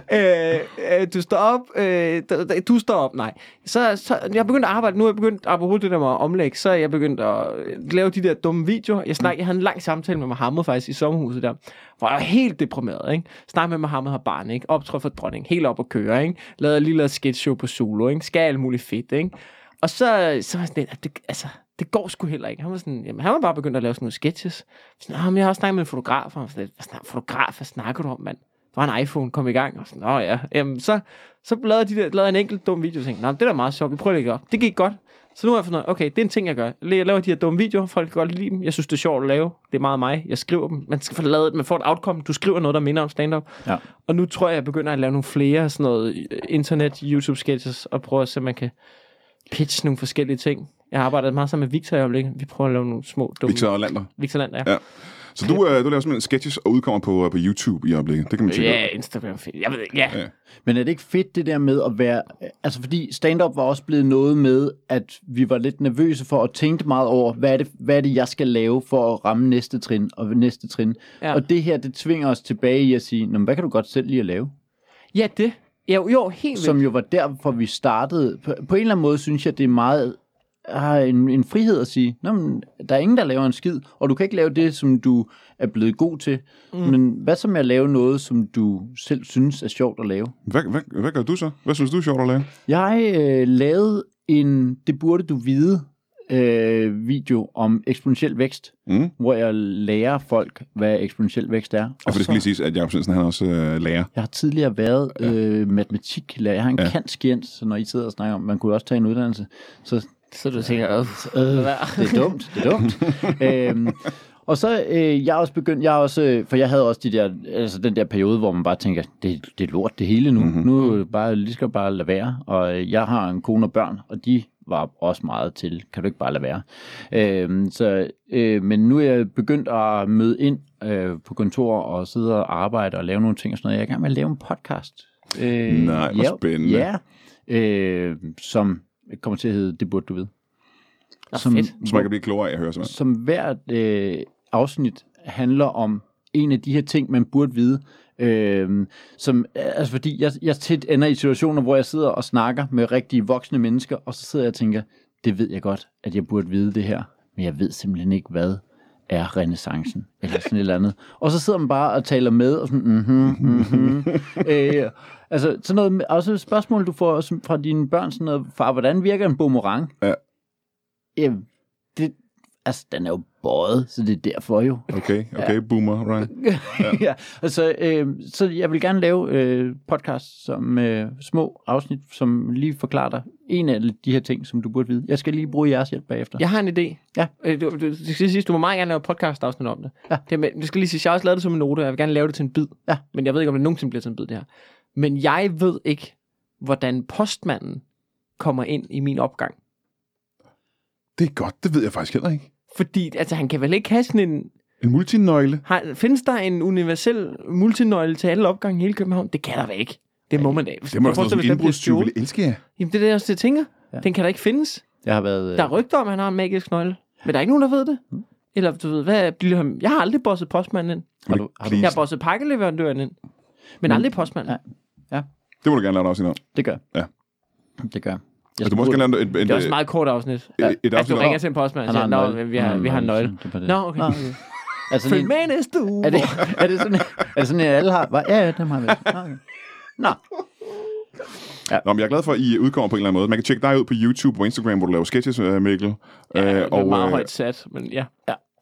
Speaker 2: er... øh, øh, du står op, øh, d- d- du står op, nej. Så, så jeg begyndte at arbejde, nu er jeg begyndt, apropos det der med at omlægge, så er jeg begyndt at øh, lave de der dumme videoer. Jeg snakkede, jeg havde en lang samtale med Mohammed faktisk i sommerhuset der, hvor jeg var helt deprimeret, ikke? Snakkede med Mohammed har barn, ikke? Optråd for dronning, helt op at køre, ikke? Lavede et lille sketch show på solo, ikke? Skal alt muligt fedt, ikke? Og så, så var jeg sådan lidt, at det, altså, det går sgu heller ikke. Han var sådan, jamen, han var bare begyndt at lave sådan nogle sketches. Sådan, "Nå, men jeg har også snakket med en fotograf. Og han var sådan, lidt, hvad snak, fotograf, hvad snakker du om, mand? Der var en iPhone, kom i gang. Og sådan, Nå ja, jamen, så, så lavede, de der, lavede en enkelt dum video, og tænkte, Nå, men det er da meget sjovt, vi prøver det op. Det gik godt. Så nu har jeg fundet, ud af, okay, det er en ting, jeg gør. Jeg laver de her dumme videoer, folk kan godt lide dem. Jeg synes, det er sjovt at lave. Det er meget mig. Jeg skriver dem. Man skal få lavet, man får et outcome. Du skriver noget, der minder om stand-up.
Speaker 3: Ja.
Speaker 2: Og nu tror jeg, jeg begynder at lave nogle flere sådan noget øh, internet, YouTube-sketches, og prøver at se, om man kan pitche nogle forskellige ting. Jeg har arbejdet meget sammen med Victor i øjeblikket. Vi prøver at lave nogle små dumme...
Speaker 1: Victor Lander.
Speaker 2: Victor Land, ja.
Speaker 1: Ja. Så du, øh, du laver simpelthen sketches og udkommer på, øh, på YouTube i øjeblikket. Det kan man tjekke
Speaker 2: Ja,
Speaker 1: yeah.
Speaker 2: Instagram. feed. Jeg ved ikke, ja.
Speaker 1: Ja.
Speaker 3: Men er det ikke fedt det der med at være... Altså fordi stand-up var også blevet noget med, at vi var lidt nervøse for at tænke meget over, hvad er det, hvad er det jeg skal lave for at ramme næste trin og næste trin.
Speaker 2: Ja.
Speaker 3: Ja. Og det her, det tvinger os tilbage i at sige, "Nå, men hvad kan du godt selv lide at lave?
Speaker 2: Ja, det. Ja, jo, jo, helt vildt.
Speaker 3: Som jo var derfor, vi startede. På, på en eller anden måde synes jeg, det er meget har en, en frihed at sige, Nå, men, der er ingen, der laver en skid, og du kan ikke lave det, som du er blevet god til. Mm. Men hvad så med at lave noget, som du selv synes er sjovt at lave?
Speaker 1: Hvad, hvad, hvad gør du så? Hvad synes du er sjovt at lave?
Speaker 3: Jeg øh, lavede en, det burde du vide, øh, video om eksponentiel vækst,
Speaker 1: Mm.
Speaker 3: hvor jeg lærer folk, hvad eksponentiel vækst er.
Speaker 1: Ja,
Speaker 3: Og
Speaker 1: for det skal lige siges, at Jacob Svendsen, han er også øh, lærer.
Speaker 3: jeg har tidligere været øh, matematiklærer. Jeg har en
Speaker 1: Ja.
Speaker 3: ja. kantskjent, så når I sidder og snakker om, man kunne også tage en uddannelse, så
Speaker 2: Så du tænker, øh,
Speaker 3: Øh, det
Speaker 2: være.
Speaker 3: er dumt, det er dumt. øhm, og så øh, jeg er også begyndt, jeg er også, øh, for jeg havde også de der, altså den der periode, hvor man bare tænker, det, det er lort det hele nu.
Speaker 1: Mhm.
Speaker 3: Mm-hmm. Nu er det bare, lige skal bare lade være. Og øh, jeg har en kone og børn, og de var også meget til, kan du ikke bare lade være. Øhm, så, øh, men nu er jeg begyndt at møde ind øh, på kontor og sidde og arbejde og lave nogle ting og sådan noget. Jeg er i gang med at lave en podcast. Øh,
Speaker 1: Nej, hvor spændende.
Speaker 3: Ja, øh, som kommer til at hedde, det burde du vide
Speaker 2: Nå,
Speaker 3: som,
Speaker 2: fedt.
Speaker 1: Så man kan blive klogere af at høre simpelthen.
Speaker 3: som hvert øh, afsnit handler om en af de her ting, man burde vide. Øh, som, altså fordi jeg, jeg tit ender i situationer, hvor jeg sidder og snakker med rigtige voksne mennesker, og så sidder jeg og tænker, det ved jeg godt, at jeg burde vide det her, men jeg ved simpelthen ikke, hvad er renaissancen, eller sådan et eller andet. Og så sidder man bare og taler med, og sådan, mhm, mhm. øh, altså sådan noget, med- også et spørgsmål, du får som fra dine børn, sådan noget, far, hvordan virker en boomerang?
Speaker 1: Ja.
Speaker 3: Jamen, det, altså, den er jo bøjet, så det er derfor jo.
Speaker 1: Okay, okay, boomer, right?
Speaker 3: ja, altså, øh, så jeg vil gerne lave øh, podcast som øh, små afsnit, som lige forklarer dig en af de her ting, som du burde vide. Jeg skal lige bruge jeres hjælp bagefter.
Speaker 2: Jeg har en idé.
Speaker 3: Ja.
Speaker 2: Øh, Du, du, du, skal lige sige, du må meget gerne lave et podcast afsnit om det. Ja. det men, du skal lige sige, jeg har også lavet det som en note, og jeg vil gerne lave det til en bid.
Speaker 3: Ja.
Speaker 2: Men jeg ved ikke, om det nogensinde bliver til en bid, det her. Men jeg ved ikke, hvordan postmanden kommer ind i min opgang.
Speaker 1: Det er godt, det ved jeg faktisk heller ikke.
Speaker 2: Fordi altså, han kan vel ikke have sådan en...
Speaker 1: En multinøgle.
Speaker 2: Har, findes der en universel multinøgle til alle opgange i hele København? Det kan der vel ikke. Det må man da.
Speaker 1: Det må da sådan noget som indbrudstyv ville elske jer.
Speaker 2: Jamen, det er det, jeg også tænker. Ja.
Speaker 3: Ja.
Speaker 2: Den kan da ikke findes.
Speaker 3: Jeg har været... Øh,
Speaker 2: Der er rygter om, at han har en magisk nøgle. Men der er ikke nogen, der ved det. Eller du ved, hvad bliver han? Jeg har aldrig bosset postmanden ind.
Speaker 3: har du, har du,
Speaker 2: Jeg
Speaker 1: Please.
Speaker 2: har bosset pakkeleverandøren ind. Men, aldrig postmanden.
Speaker 3: Nej.
Speaker 1: Det må du gerne lave et afsnit om.
Speaker 3: det gør
Speaker 1: Ja.
Speaker 3: Det gør jeg.
Speaker 1: Og du må også gerne lave et, et,
Speaker 2: Det er også et
Speaker 1: et,
Speaker 2: meget kort afsnit.
Speaker 1: Øh, et, et
Speaker 2: Altså,
Speaker 1: afsnit
Speaker 2: du
Speaker 1: om.
Speaker 2: ringer til en postmand og
Speaker 3: Han
Speaker 2: siger,
Speaker 3: har en
Speaker 2: Nå,
Speaker 3: nøgle.
Speaker 2: vi har, vi har en nøgle.
Speaker 3: Det var det.
Speaker 2: Nå, okay.
Speaker 3: Nå, okay. Altså,
Speaker 2: Følg
Speaker 3: sådan en,
Speaker 2: med næste uge.
Speaker 3: er, det, er, det sådan, er det sådan, at alle har... Bare, ja, ja, dem har vi. Nå, okay. Nå,
Speaker 1: Nå, men jeg er glad for, at I udkommer på en eller anden måde. Man kan tjekke dig ud på YouTube og Instagram, hvor du laver sketches, øh, Mikkel.
Speaker 2: Ja, det var
Speaker 1: og,
Speaker 2: meget
Speaker 1: øh,
Speaker 2: højt sat, men ja.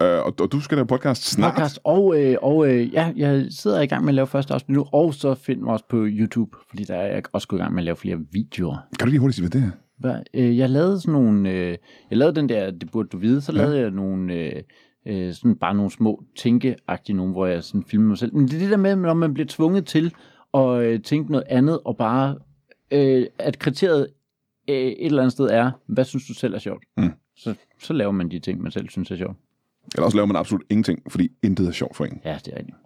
Speaker 1: øh, og, og du skal lave podcast snart.
Speaker 3: podcast, og, øh, og øh, ja, jeg sidder i gang med at lave første afsnit nu, og så find mig også på YouTube, fordi der er jeg også gået i gang med at lave flere videoer.
Speaker 1: Kan du lige hurtigt sige, hvad det er?
Speaker 3: Hvad, øh, jeg lavede sådan nogle, øh, jeg lavede den der, det burde du vide, så lavede jeg nogle, øh, øh, sådan bare nogle små tænkeagtige nogle, hvor jeg sådan filmede mig selv. Men det er det der med, når man bliver tvunget til at øh, tænke noget andet, og bare, øh, at kriteriet øh, et eller andet sted er, hvad synes du selv er sjovt?
Speaker 1: Mm.
Speaker 3: Så, så laver man de ting, man selv synes er sjovt.
Speaker 1: Eller også laver man absolut ingenting, fordi intet er sjovt for en.
Speaker 3: Ja, det er rigtigt.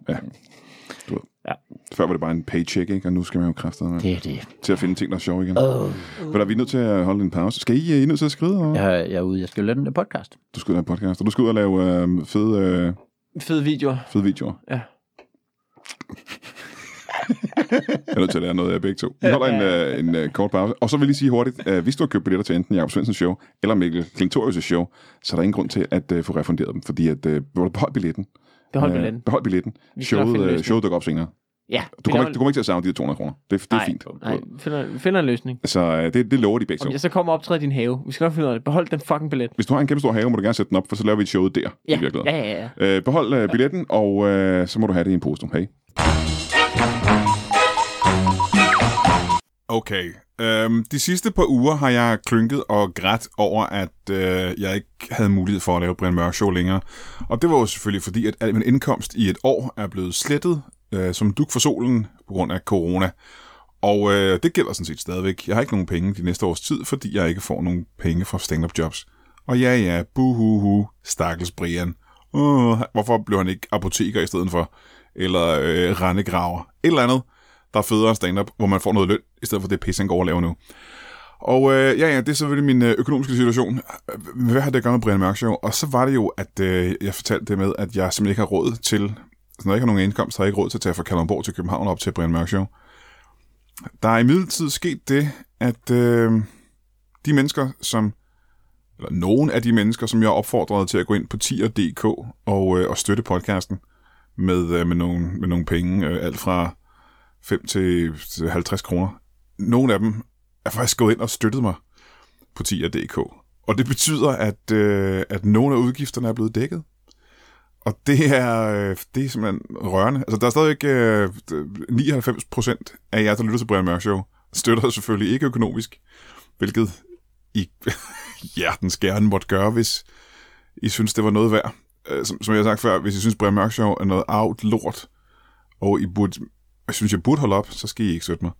Speaker 1: Før var det bare en paycheck, ikke? og nu skal man jo kræftet med
Speaker 3: Det er det.
Speaker 1: til at finde ting, der er sjove igen.
Speaker 3: Oh.
Speaker 1: Men er vi nødt til at holde en pause? Skal I, øh, I er nødt til at skride? Eller?
Speaker 3: Jeg, jeg er ude, jeg skal jo lave den der podcast.
Speaker 1: Du skal ud og lave podcast, og du skal ud og lave øh, fede, øh,
Speaker 2: Fede videoer.
Speaker 1: fede videoer.
Speaker 2: Ja.
Speaker 1: Jeg er nødt til at lære noget af begge to. Vi holder en, øh, en øh, kort pause. Og så vil jeg lige sige hurtigt, øh, hvis du har købt billetter til enten Jacob Svendsens show eller Mikkel Klintorius' show, så er der ingen grund til at øh, få refunderet dem, fordi at, øh, behold billetten.
Speaker 2: Behold
Speaker 1: Øh,
Speaker 2: billetten.
Speaker 1: Behold billetten.
Speaker 2: Vi skal nok
Speaker 1: Showet,
Speaker 2: finde
Speaker 1: øh,
Speaker 2: løsning.
Speaker 1: showet dukker op senere.
Speaker 2: Ja,
Speaker 1: Du kommer,
Speaker 2: finder-
Speaker 1: ikke, du kommer ikke til at savne de der 200 kroner. Det, det er
Speaker 2: Nej,
Speaker 1: fint.
Speaker 2: Nej, vi finder, vi finder en løsning.
Speaker 1: Så øh, det, det lover de begge
Speaker 2: Om
Speaker 1: to.
Speaker 2: jeg så kommer og optræder i din have. Vi skal nok finde ud af det. Behold den fucking billet.
Speaker 1: Hvis du har en kæmpe stor have, må du gerne sætte den op, for så laver vi et show der.
Speaker 2: Ja,
Speaker 1: I virkeligheden.
Speaker 2: ja, ja. ja.
Speaker 1: Øh, behold øh, billetten, og øh, så må du have det i en pose. Hey. Okay. Øhm, de sidste par uger har jeg klynket og grædt over, at øh, jeg ikke havde mulighed for at lave Brian Mørk Show længere. Og det var jo selvfølgelig fordi, at al min indkomst i et år er blevet slettet øh, som duk for solen på grund af corona. Og øh, det gælder sådan set stadigvæk. Jeg har ikke nogen penge de næste års tid, fordi jeg ikke får nogen penge fra stand-up jobs. Og ja, ja, buhuhu, stakkels Brian. Uh, hvorfor blev han ikke apoteker i stedet for? Eller øh, rendegraver? Et eller andet, der er federe end stand-up, hvor man får noget løn, i stedet for det pisse, han går og laver nu. Og øh, ja, ja, det er selvfølgelig min øh, økonomiske situation. Hvad har det at gøre med Brian Mørk Show? Og så var det jo, at øh, jeg fortalte det med, at jeg simpelthen ikke har råd til... Altså, når jeg ikke har nogen indkomst, har jeg ikke råd til at tage fra Kalundborg til København og op til Brian Mørk Show. Der er imidlertid sket det, at øh, de mennesker, som eller nogen af de mennesker, som jeg opfordrede til at gå ind på tier.dk og, øh, og støtte podcasten med, øh, med, nogle, med nogle penge, øh, alt fra 5 til til 50 kroner. Nogle af dem er faktisk gået ind og støttet mig på tier.dk. Og det betyder, at, øh, at nogle af udgifterne er blevet dækket. Og det er, øh, det er simpelthen rørende. Altså, der er stadigvæk øh, 99 procent af jer, der lytter til Brian Mørk Show, støtter selvfølgelig ikke økonomisk, hvilket i hjertens gerne måtte gøre, hvis I synes, det var noget værd. Øh, Som, som jeg har sagt før, hvis I synes, Brian Mørk Show er noget out lort, og I burde, jeg synes, jeg burde holde op, så skal I ikke støtte mig.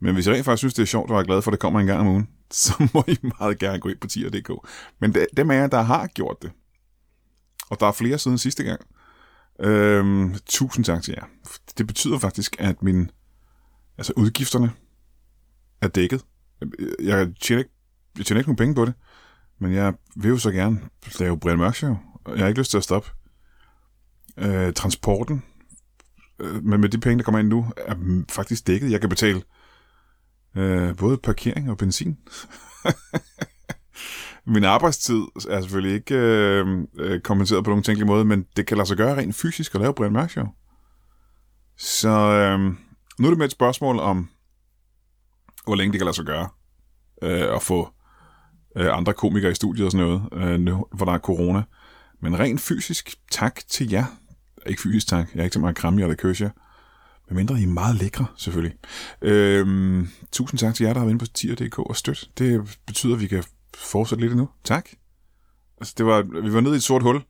Speaker 1: Men hvis I rent faktisk synes, det er sjovt, og er glad for, at det kommer en gang om ugen, så må I meget gerne gå ind på tier.dk. Men det, dem af jer, der har gjort det, og der er flere siden sidste gang, øhm, tusind tak til jer. Det betyder faktisk, at min, altså udgifterne er dækket. Jeg tjener ikke, jeg tjener ikke nogen penge på det. Men jeg vil jo så gerne lave Brian Mørk Show. og Jeg har ikke lyst til at stoppe. Øh, transporten, øh, men med de penge, der kommer ind nu, er mm, faktisk dækket. Jeg kan betale øh, både parkering og benzin. Min arbejdstid er selvfølgelig ikke øh, øh, kompenseret på nogen tænkelig måde, men det kan lade sig gøre rent fysisk at lave Brian Mørk Show. Så øh, nu er det med et spørgsmål om, hvor længe det kan lade sig gøre øh, at få øh, andre komikere i studiet og sådan noget, øh, nu, hvor der er corona. Men rent fysisk, tak til jer. Ikke fysisk tak, jeg er ikke så meget at kramme jer eller kysse jer. Men mindre I er meget lækre, selvfølgelig. Øhm, tusind tak til jer, der har været inde på tier.dk og støt. Det betyder, at vi kan fortsætte lidt endnu. Tak. Altså, det var, vi var nede i et sort hul,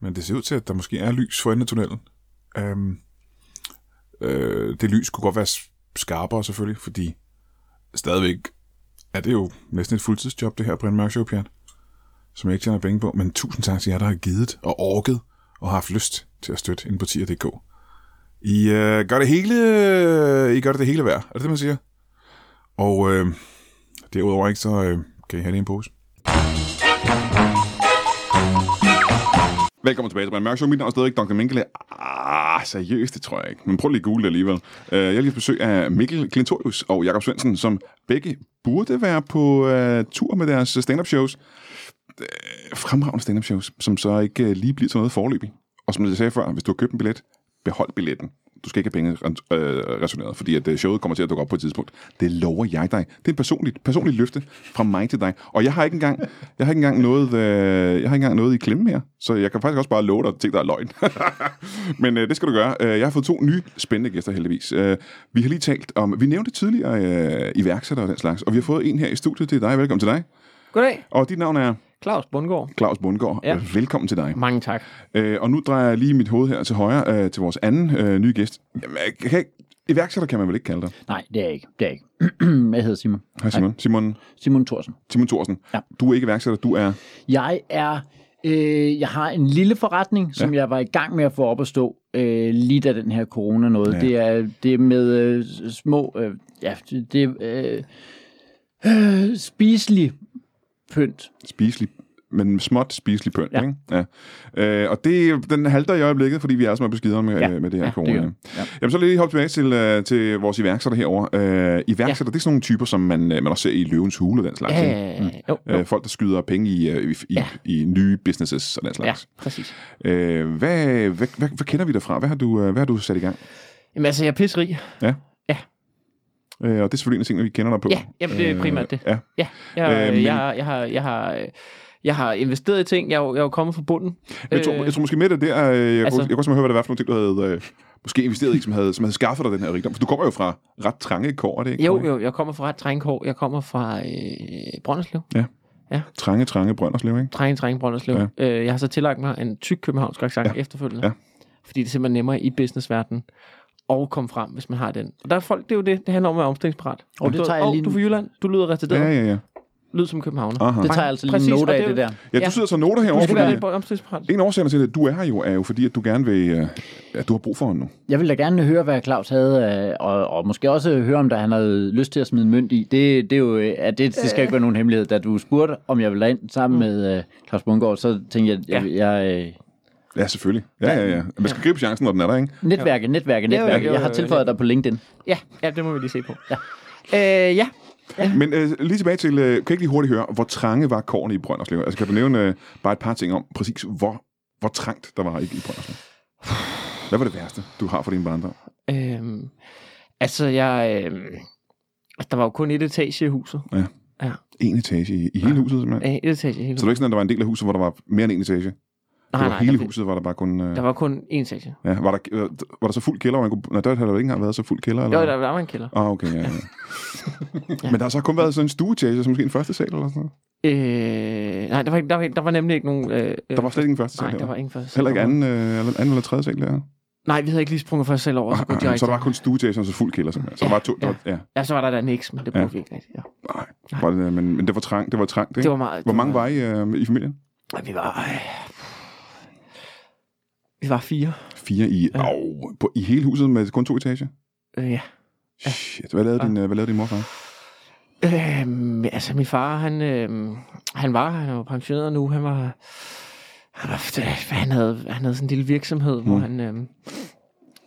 Speaker 1: men det ser ud til, at der måske er lys for enden af tunnelen. Øhm, øh, det lys kunne godt være s- skarpere, selvfølgelig, fordi stadigvæk er det jo næsten et fuldtidsjob, det her Brian Mørk Show, Pjat, som jeg ikke tjener penge på. Men tusind tak til jer, der har givet og orket og har haft lyst til at støtte ind på tier.dk. I øh, gør det hele, I gør det hele værd, er det det, man siger? Og øh, derudover ikke, så øh, kan I have det i en pose. Velkommen tilbage til Brian Mørk Show. Mit navn er stadigvæk Dr. Minkele. Ah, seriøst, det tror jeg ikke. Men prøv lige at google det alligevel. Øh, Jeg har lige besøg af Mikkel Klintorius og Jakob Svendsen, som begge burde være på øh, tur med deres stand-up shows. Øh, Fremragende stand-up shows, som så ikke øh, lige bliver til noget forløbig. Og som jeg sagde før, hvis du har købt en billet, behold billetten. Du skal ikke have penge ren- øh, resoneret, fordi at øh, showet kommer til at dukke op på et tidspunkt. Det lover jeg dig. Det er et personligt, personligt løfte fra mig til dig. Og jeg har ikke engang, jeg har ikke engang noget, øh, jeg har ikke engang noget i klemme mere, så jeg kan faktisk også bare love dig ting, der er løgn. Men øh, det skal du gøre. Øh, Jeg har fået to nye spændende gæster heldigvis. Øh, vi har lige talt om, vi nævnte tidligere øh, iværksættere og den slags, og vi har fået en her i studiet. Det er dig. Velkommen til dig.
Speaker 2: Goddag,
Speaker 1: Og dit navn er
Speaker 2: Claus Bundgaard.
Speaker 1: Claus Bundgaard. øh,
Speaker 2: Ja.
Speaker 1: Velkommen til dig.
Speaker 2: Mange tak.
Speaker 1: Øh, og nu drejer jeg lige mit hoved her til højre øh, til vores anden øh, nye gæst. Jamen, jeg kan ikke, iværksætter kan man vel ikke kalde dig?
Speaker 3: Nej, det er jeg ikke. Det er jeg ikke. jeg hedder Simon.
Speaker 1: Hej Simon. Simon,
Speaker 3: Simon Thorsen.
Speaker 1: Simon Thorsen.
Speaker 3: Ja.
Speaker 1: Du er ikke iværksætter, du er...
Speaker 3: Jeg er... Øh, jeg har en lille forretning, som ja. jeg var i gang med at få op at stå, øh, lige da den her corona noget.
Speaker 1: Ja.
Speaker 3: Ja. Det, er, det er med øh, små... Øh, ja, det det er øh, øh, spiselig pynt.
Speaker 1: spiselig, men småt spiselig pynt, ja.
Speaker 3: Ja.
Speaker 1: ikke? Ja. Øh, og det, den halter i øjeblikket, fordi vi er som er beskidere med, ja.
Speaker 3: Ja.
Speaker 1: med det her
Speaker 3: Ja,
Speaker 1: ja,
Speaker 3: det
Speaker 1: corona.
Speaker 3: gør
Speaker 1: Det
Speaker 3: den. Ja.
Speaker 1: Jamen, så lige hoppe tilbage til, øh, til vores iværksætter herovre. Øh, iværksætter, ja. det er sådan nogle typer, som man, øh, man også ser i løvens hule og den slags. ikke?
Speaker 2: Øh, jo,
Speaker 1: Øh, folk, der skyder penge i, øh, i, i, ja.
Speaker 2: Ja.
Speaker 1: i nye businesses og den
Speaker 2: ja,
Speaker 1: slags.
Speaker 2: præcis.
Speaker 1: Ja. Øh, hvad, hvad, hvad, hvad kender vi dig fra? Hvad har, du, øh, hvad har du sat i gang?
Speaker 2: Jamen altså, jeg er pisserig.
Speaker 1: Øh, og det er selvfølgelig en af tingene, vi kender dig på. Øh,
Speaker 2: Ja, jamen, det er primært det.
Speaker 1: Ja.
Speaker 2: Ja, jeg,
Speaker 1: Øh,
Speaker 2: øh,
Speaker 1: men-
Speaker 2: jeg, har- jeg, har, jeg, har, øh, jeg har investeret i ting. Jeg er jo, jeg er jo kommet fra bunden.
Speaker 1: Jeg tror, jeg tror måske med det der, øh, jeg, altså,
Speaker 2: Altså-
Speaker 1: kunne, jeg kunne simpelthen høre, hvad det var for nogle ting, du havde øh, måske investeret i, som havde, som havde skaffet dig den her rigdom. For du kommer jo fra ret trange kår, er det ikke?
Speaker 2: Øh, jo,
Speaker 1: korrekt?
Speaker 2: jo, jeg kommer fra Trænkår. Jeg kommer fra øh, Brønderslev.
Speaker 1: Trange, trange Brønderslev, ikke?
Speaker 2: Træng, Træng, Brønderslev.
Speaker 1: Ja.
Speaker 2: Ja. Øh, jeg har så tillagt mig en tyk københavnsk accent ja. efterfølgende.
Speaker 1: Ja.
Speaker 2: Ja. Fordi det er simpelthen nemmere i businessverdenen at komme frem, hvis man har den. Og der er folk, det er jo det, det handler om at være omstillingsparat.
Speaker 3: Og det tager jeg lige
Speaker 2: du er fra
Speaker 3: en,
Speaker 2: Jylland, du lyder retarderet,
Speaker 1: Ja, Ah.
Speaker 2: ja, ja.
Speaker 1: ja, ja.
Speaker 2: lyd som københavner.
Speaker 1: Aha.
Speaker 3: det tager jeg altså lige
Speaker 2: Præcis,
Speaker 3: en
Speaker 2: og
Speaker 3: note af,
Speaker 2: det er
Speaker 3: det
Speaker 2: jo-
Speaker 3: der.
Speaker 1: Ja, du
Speaker 2: Ja.
Speaker 1: sidder og tager noter
Speaker 2: Du
Speaker 1: herovre,
Speaker 2: skal være lidt
Speaker 1: fordi...
Speaker 2: omstillingsparat.
Speaker 1: En af årsagerne til, at du er her jo, er jo fordi, at du gerne vil... øh, Ja, du har brug for hende nu.
Speaker 3: Jeg ville da gerne høre, hvad Claus havde, øh, og, og måske også høre, om der han havde lyst til at smide mønt i. Det, det, er jo, øh, at det, det skal ikke være nogen hemmelighed. Da du spurgte, om jeg ville ind sammen mm. med øh, Claus Bundgaard, så tænkte jeg, jeg, jeg øh,
Speaker 1: Ja, selvfølgelig. Ja, ja, ja. Man skal gribe chancen, når den er der, ikke?
Speaker 3: netværke, netværke,
Speaker 2: jo,
Speaker 3: netværke.
Speaker 2: jo,
Speaker 3: Jeg har
Speaker 2: jo,
Speaker 3: tilføjet
Speaker 2: jo.
Speaker 3: dig på LinkedIn.
Speaker 2: Ja, ja, det må vi lige se på. Ja. Øh, ja.
Speaker 1: Men øh, lige tilbage til... Øh, kan jeg ikke lige hurtigt høre, hvor trange var kårene i Brønderslev? Altså, kan du nævne øh, bare et par ting om præcis, hvor, hvor trangt der var i, i Brønderslev? Hvad var det værste, du har for din barndom?
Speaker 2: Øh, altså, jeg... Øh, altså, der var jo kun et etage i huset.
Speaker 1: En etage i, i hele huset, simpelthen?
Speaker 2: Øh, et etage i hele
Speaker 1: Så det var ikke sådan, at der var en del af huset, hvor der var mere end en etage? Nej,
Speaker 2: Nej,
Speaker 1: nej,
Speaker 2: nej,
Speaker 1: hele
Speaker 2: der,
Speaker 1: huset var der bare kun... Øh,
Speaker 2: der var kun én etage.
Speaker 1: ja, var, der, øh, var der så fuld kælder, hvor man kunne... Nej, der havde der ikke engang været så fuld kælder, eller?
Speaker 2: Jo, der, der var en kælder.
Speaker 1: Ah, okay, ja, ja. Men der har så kun været sådan en stueetage, som måske en første sal eller sådan noget.
Speaker 2: Øh, nej, der var, ikke- der, var, ikke- der var nemlig ikke nogen... Øh,
Speaker 1: Der var slet ikke en første sal.
Speaker 2: Nej, der
Speaker 1: heller.
Speaker 2: var ingen første.
Speaker 1: Heller ikke
Speaker 2: sal.
Speaker 1: anden, øh, eller- anden eller tredje sal der.
Speaker 2: Nej, vi havde ikke lige sprunget første sal over, så kunne
Speaker 1: Ah,
Speaker 2: direkte.
Speaker 1: Så der var kun stueetagen og så fuld kælder. Simpelthen. Så der
Speaker 2: Ja,
Speaker 1: var to... Der var, ja.
Speaker 2: Ja, så var der da niks, men det brugte ja. vi ikke rigtigt. Ja.
Speaker 1: Nej, var det, men, men det var trangt, det var trangt, ikke?
Speaker 2: Det var meget...
Speaker 1: Hvor
Speaker 2: det
Speaker 1: mange var I øh, i familien?
Speaker 2: Ej, Vi var... Øh, vi var fire.
Speaker 1: Fire i...
Speaker 2: Ja.
Speaker 1: Au, på, I hele huset med kun to etager?
Speaker 2: Øh, ja.
Speaker 1: Shit, hvad lavede, din, øh, hvad lavede din mor for?
Speaker 2: Øhm, altså, min far, han, øhm, han var, han er jo pensioneret nu, han var, han, var, øh, han, havde, han havde sådan en lille virksomhed, mm. hvor
Speaker 1: Mm.
Speaker 2: han, øhm,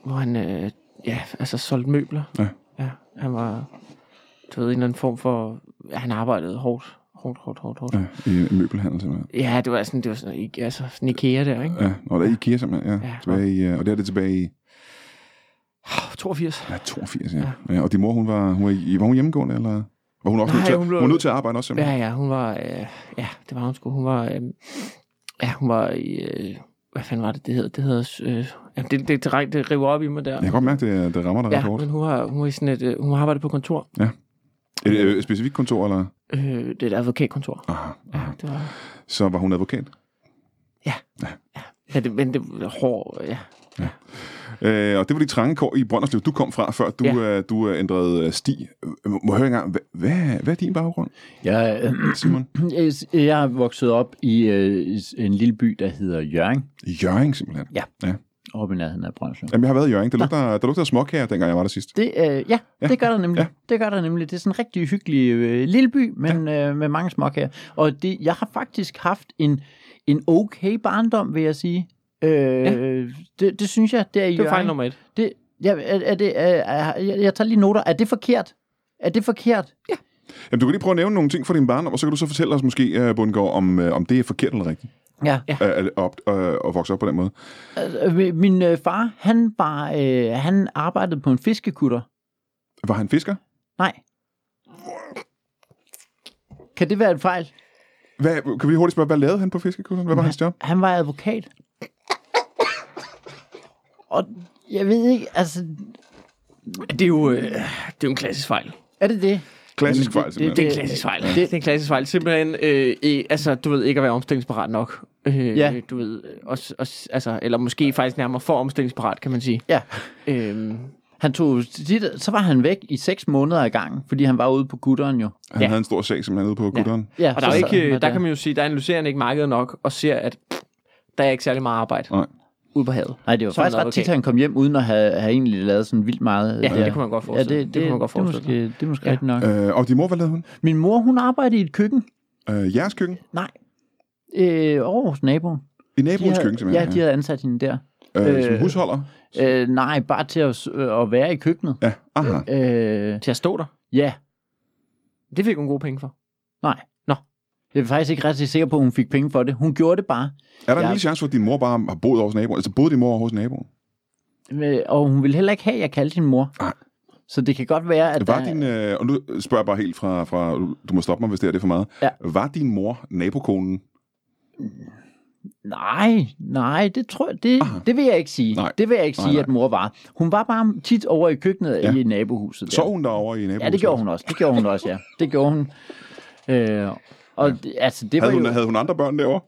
Speaker 2: hvor han øh, ja, altså solgte møbler.
Speaker 1: Ja.
Speaker 2: ja han var, du ved, en eller anden form for, ja, han arbejdede hårdt, hårdt, hårdt, hårdt, hårdt. Ja.
Speaker 1: Ja, I en møbelhandel simpelthen.
Speaker 2: ja, det var sådan, det var sådan, ikke- altså, sådan IKEA der, ikke?
Speaker 1: Ja, og der er IKEA simpelthen, ja.
Speaker 2: Ja.
Speaker 1: Tilbage i, øh, og det er det tilbage i
Speaker 2: Oh, 82.
Speaker 1: Ja, 82, ja. ja. Og din mor, hun var, hun var, i- var hun hjemmegående, eller? Var hun også
Speaker 2: Nej,
Speaker 1: nødt til,
Speaker 2: hun
Speaker 1: hun,
Speaker 2: blev-
Speaker 1: hun var nødt til at arbejde også,
Speaker 2: Ja,
Speaker 1: simpelthen?
Speaker 2: ja, hun var, øh, ja, det var hun sgu, hun var, øh, ja, hun var i, øh, hvad fanden var det, det hedder, det hedder, øh, ja, det, det, det, det river op i mig der.
Speaker 1: Jeg kan godt mærke, det, det rammer dig ja, ret
Speaker 2: Ja,
Speaker 1: hårdt.
Speaker 2: men hun har, hun har, i sådan et, øh, hun har arbejdet på kontor.
Speaker 1: Er det øh, et specifikt kontor, eller?
Speaker 2: Øh, det er et advokatkontor.
Speaker 1: Aha.
Speaker 2: Ja, det var,
Speaker 1: Så var hun advokat.
Speaker 2: ja, det, men det var hård, ja.
Speaker 1: Øh, og det var de trange kår i Brønderslev, du kom fra, før du, ja.
Speaker 2: Ja.
Speaker 1: øh, du øh, ændrede øh, sti. Øh, Må jeg høre engang, hvad, hvad, hvad er din baggrund,
Speaker 3: Jeg, øh,
Speaker 1: Simon?
Speaker 3: jeg- jeg har vokset op i øh, i s- en lille by, der hedder Jørgen,
Speaker 1: Jørgen, simpelthen.
Speaker 3: Ja.
Speaker 1: ja.
Speaker 3: oppe i nærheden af Brøndsjø.
Speaker 1: Jamen, jeg har været i Jørgen. Der lugter, der lugter småkager, dengang jeg var der sidst.
Speaker 3: Det, øh, ja,
Speaker 1: Ja.
Speaker 3: ja, det gør der nemlig.
Speaker 1: Ja.
Speaker 3: Ja. Det gør der nemlig. Det er sådan en rigtig hyggelig øh, lille by, men ja. øh, med mange småk her. Og det, jeg har faktisk haft en, en okay barndom, vil jeg sige. Øh, ja. det, det synes jeg, det er i
Speaker 2: Det var fejl
Speaker 3: Jørgen.
Speaker 2: nummer et.
Speaker 3: Det, ja, er, er det, er, er, jeg, jeg tager lige noter. Er det forkert? Er det forkert?
Speaker 1: Jamen, du kan lige prøve at nævne nogle ting fra din barndom, og så kan du så fortælle os måske, øh, Bundgaard, om, øh, om det er forkert eller rigtigt
Speaker 3: Ja.
Speaker 1: øh, at, op, øh, at vokse op på den måde.
Speaker 3: Øh, Min øh, far, han, var, øh, han arbejdede på en fiskekutter.
Speaker 1: Var han fisker?
Speaker 3: Nej. Kan det være en fejl?
Speaker 1: Hvad, kan vi hurtigt spørge, hvad lavede han på fiskekutteren? Hvad var hans job?
Speaker 3: Han var advokat. Og jeg ved ikke, altså...
Speaker 2: Det er jo, øh, det er jo en klassisk fejl.
Speaker 3: Er det det?
Speaker 1: Klassisk
Speaker 3: Jamen,
Speaker 1: fejl,
Speaker 3: det-
Speaker 1: simpelthen.
Speaker 2: Det er en klassisk fejl. Det, det er en klassisk fejl. Simpelthen, øh, i, altså, du ved ikke at være omstillingsparat nok. Øh,
Speaker 3: Ja.
Speaker 2: Du ved, øh, også, også, altså, eller måske faktisk nærmere for omstillingsparat, kan man sige.
Speaker 3: Ja.
Speaker 2: Øh,
Speaker 3: Han tog sit, så var han væk i seks måneder ad gangen, fordi han var ude på gutteren jo.
Speaker 1: Han
Speaker 2: Ja.
Speaker 1: havde en stor sag, simpelthen, ude på kutteren.
Speaker 3: Ja,
Speaker 2: og der, er
Speaker 3: så
Speaker 2: jo
Speaker 3: sad
Speaker 2: ikke,
Speaker 3: han
Speaker 2: øh, der kan man jo sige, der analyserer han ikke markedet nok, og ser, at pff, der er ikke særlig meget arbejde
Speaker 1: Nej.
Speaker 2: ude på havet.
Speaker 3: Nej, det var
Speaker 2: Så er
Speaker 3: faktisk
Speaker 2: han
Speaker 3: ret tit,
Speaker 2: advokat.
Speaker 3: han kom hjem uden at have, have egentlig lavet sådan vildt meget.
Speaker 2: Ja,
Speaker 3: der.
Speaker 2: det kunne man godt forestille.
Speaker 3: Ja,
Speaker 2: sig.
Speaker 3: det, det,
Speaker 2: kunne man godt forestille. sig.
Speaker 3: Det er måske, det er måske
Speaker 2: Ja.
Speaker 3: ja. rigtigt nok.
Speaker 1: Øh, og din mor, hvad lavede hun?
Speaker 3: Min mor, hun arbejdede i et køkken.
Speaker 1: Øh, jeres køkken?
Speaker 3: Nej. Øh, over hos naboen.
Speaker 1: I
Speaker 3: De
Speaker 1: naboens
Speaker 3: havde,
Speaker 1: køkken,
Speaker 3: ja,
Speaker 1: simpelthen?
Speaker 3: de havde ansat hende der.
Speaker 1: øh, som
Speaker 3: øh,
Speaker 1: husholder?
Speaker 3: Øh, nej, bare til at, s- øh, at være i køkkenet.
Speaker 1: Ja, aha.
Speaker 3: Øh,
Speaker 2: Til at stå der.
Speaker 3: ja,
Speaker 2: Det fik hun gode penge for.
Speaker 3: nej.
Speaker 2: Nå.
Speaker 3: Jeg er faktisk ikke rigtig sikker på, at hun fik penge for det. Hun gjorde det bare.
Speaker 1: Er der en
Speaker 3: ja.
Speaker 1: lille chance for, at din mor bare har boet hos naboen? Altså, boede din mor hos naboen?
Speaker 3: Øh, Og hun ville heller ikke have, at jeg kaldte hende mor.
Speaker 1: Nej.
Speaker 3: Så det kan godt være, at
Speaker 1: Var din, øh, og nu spørger jeg bare helt fra, fra, du må stoppe mig, hvis det er det for meget.
Speaker 3: Ja.
Speaker 1: Var din mor nabokonen?
Speaker 3: Nej, nej, det tror jeg, det, det vil jeg ikke sige.
Speaker 1: Nej.
Speaker 3: Det vil jeg ikke
Speaker 1: Nej,
Speaker 3: sige,
Speaker 1: nej.
Speaker 3: at mor var. Hun var bare tit over i køkkenet
Speaker 1: Ja.
Speaker 3: ja. i nabohuset. Der.
Speaker 1: Sov hun derovre i nabohuset?
Speaker 3: Ja, det gjorde hun også. Det gjorde hun også, ja. Det gjorde hun. Øh, og ja. det, altså, det
Speaker 1: Havde
Speaker 3: var
Speaker 1: hun,
Speaker 3: jo...
Speaker 1: havde hun andre børn derovre?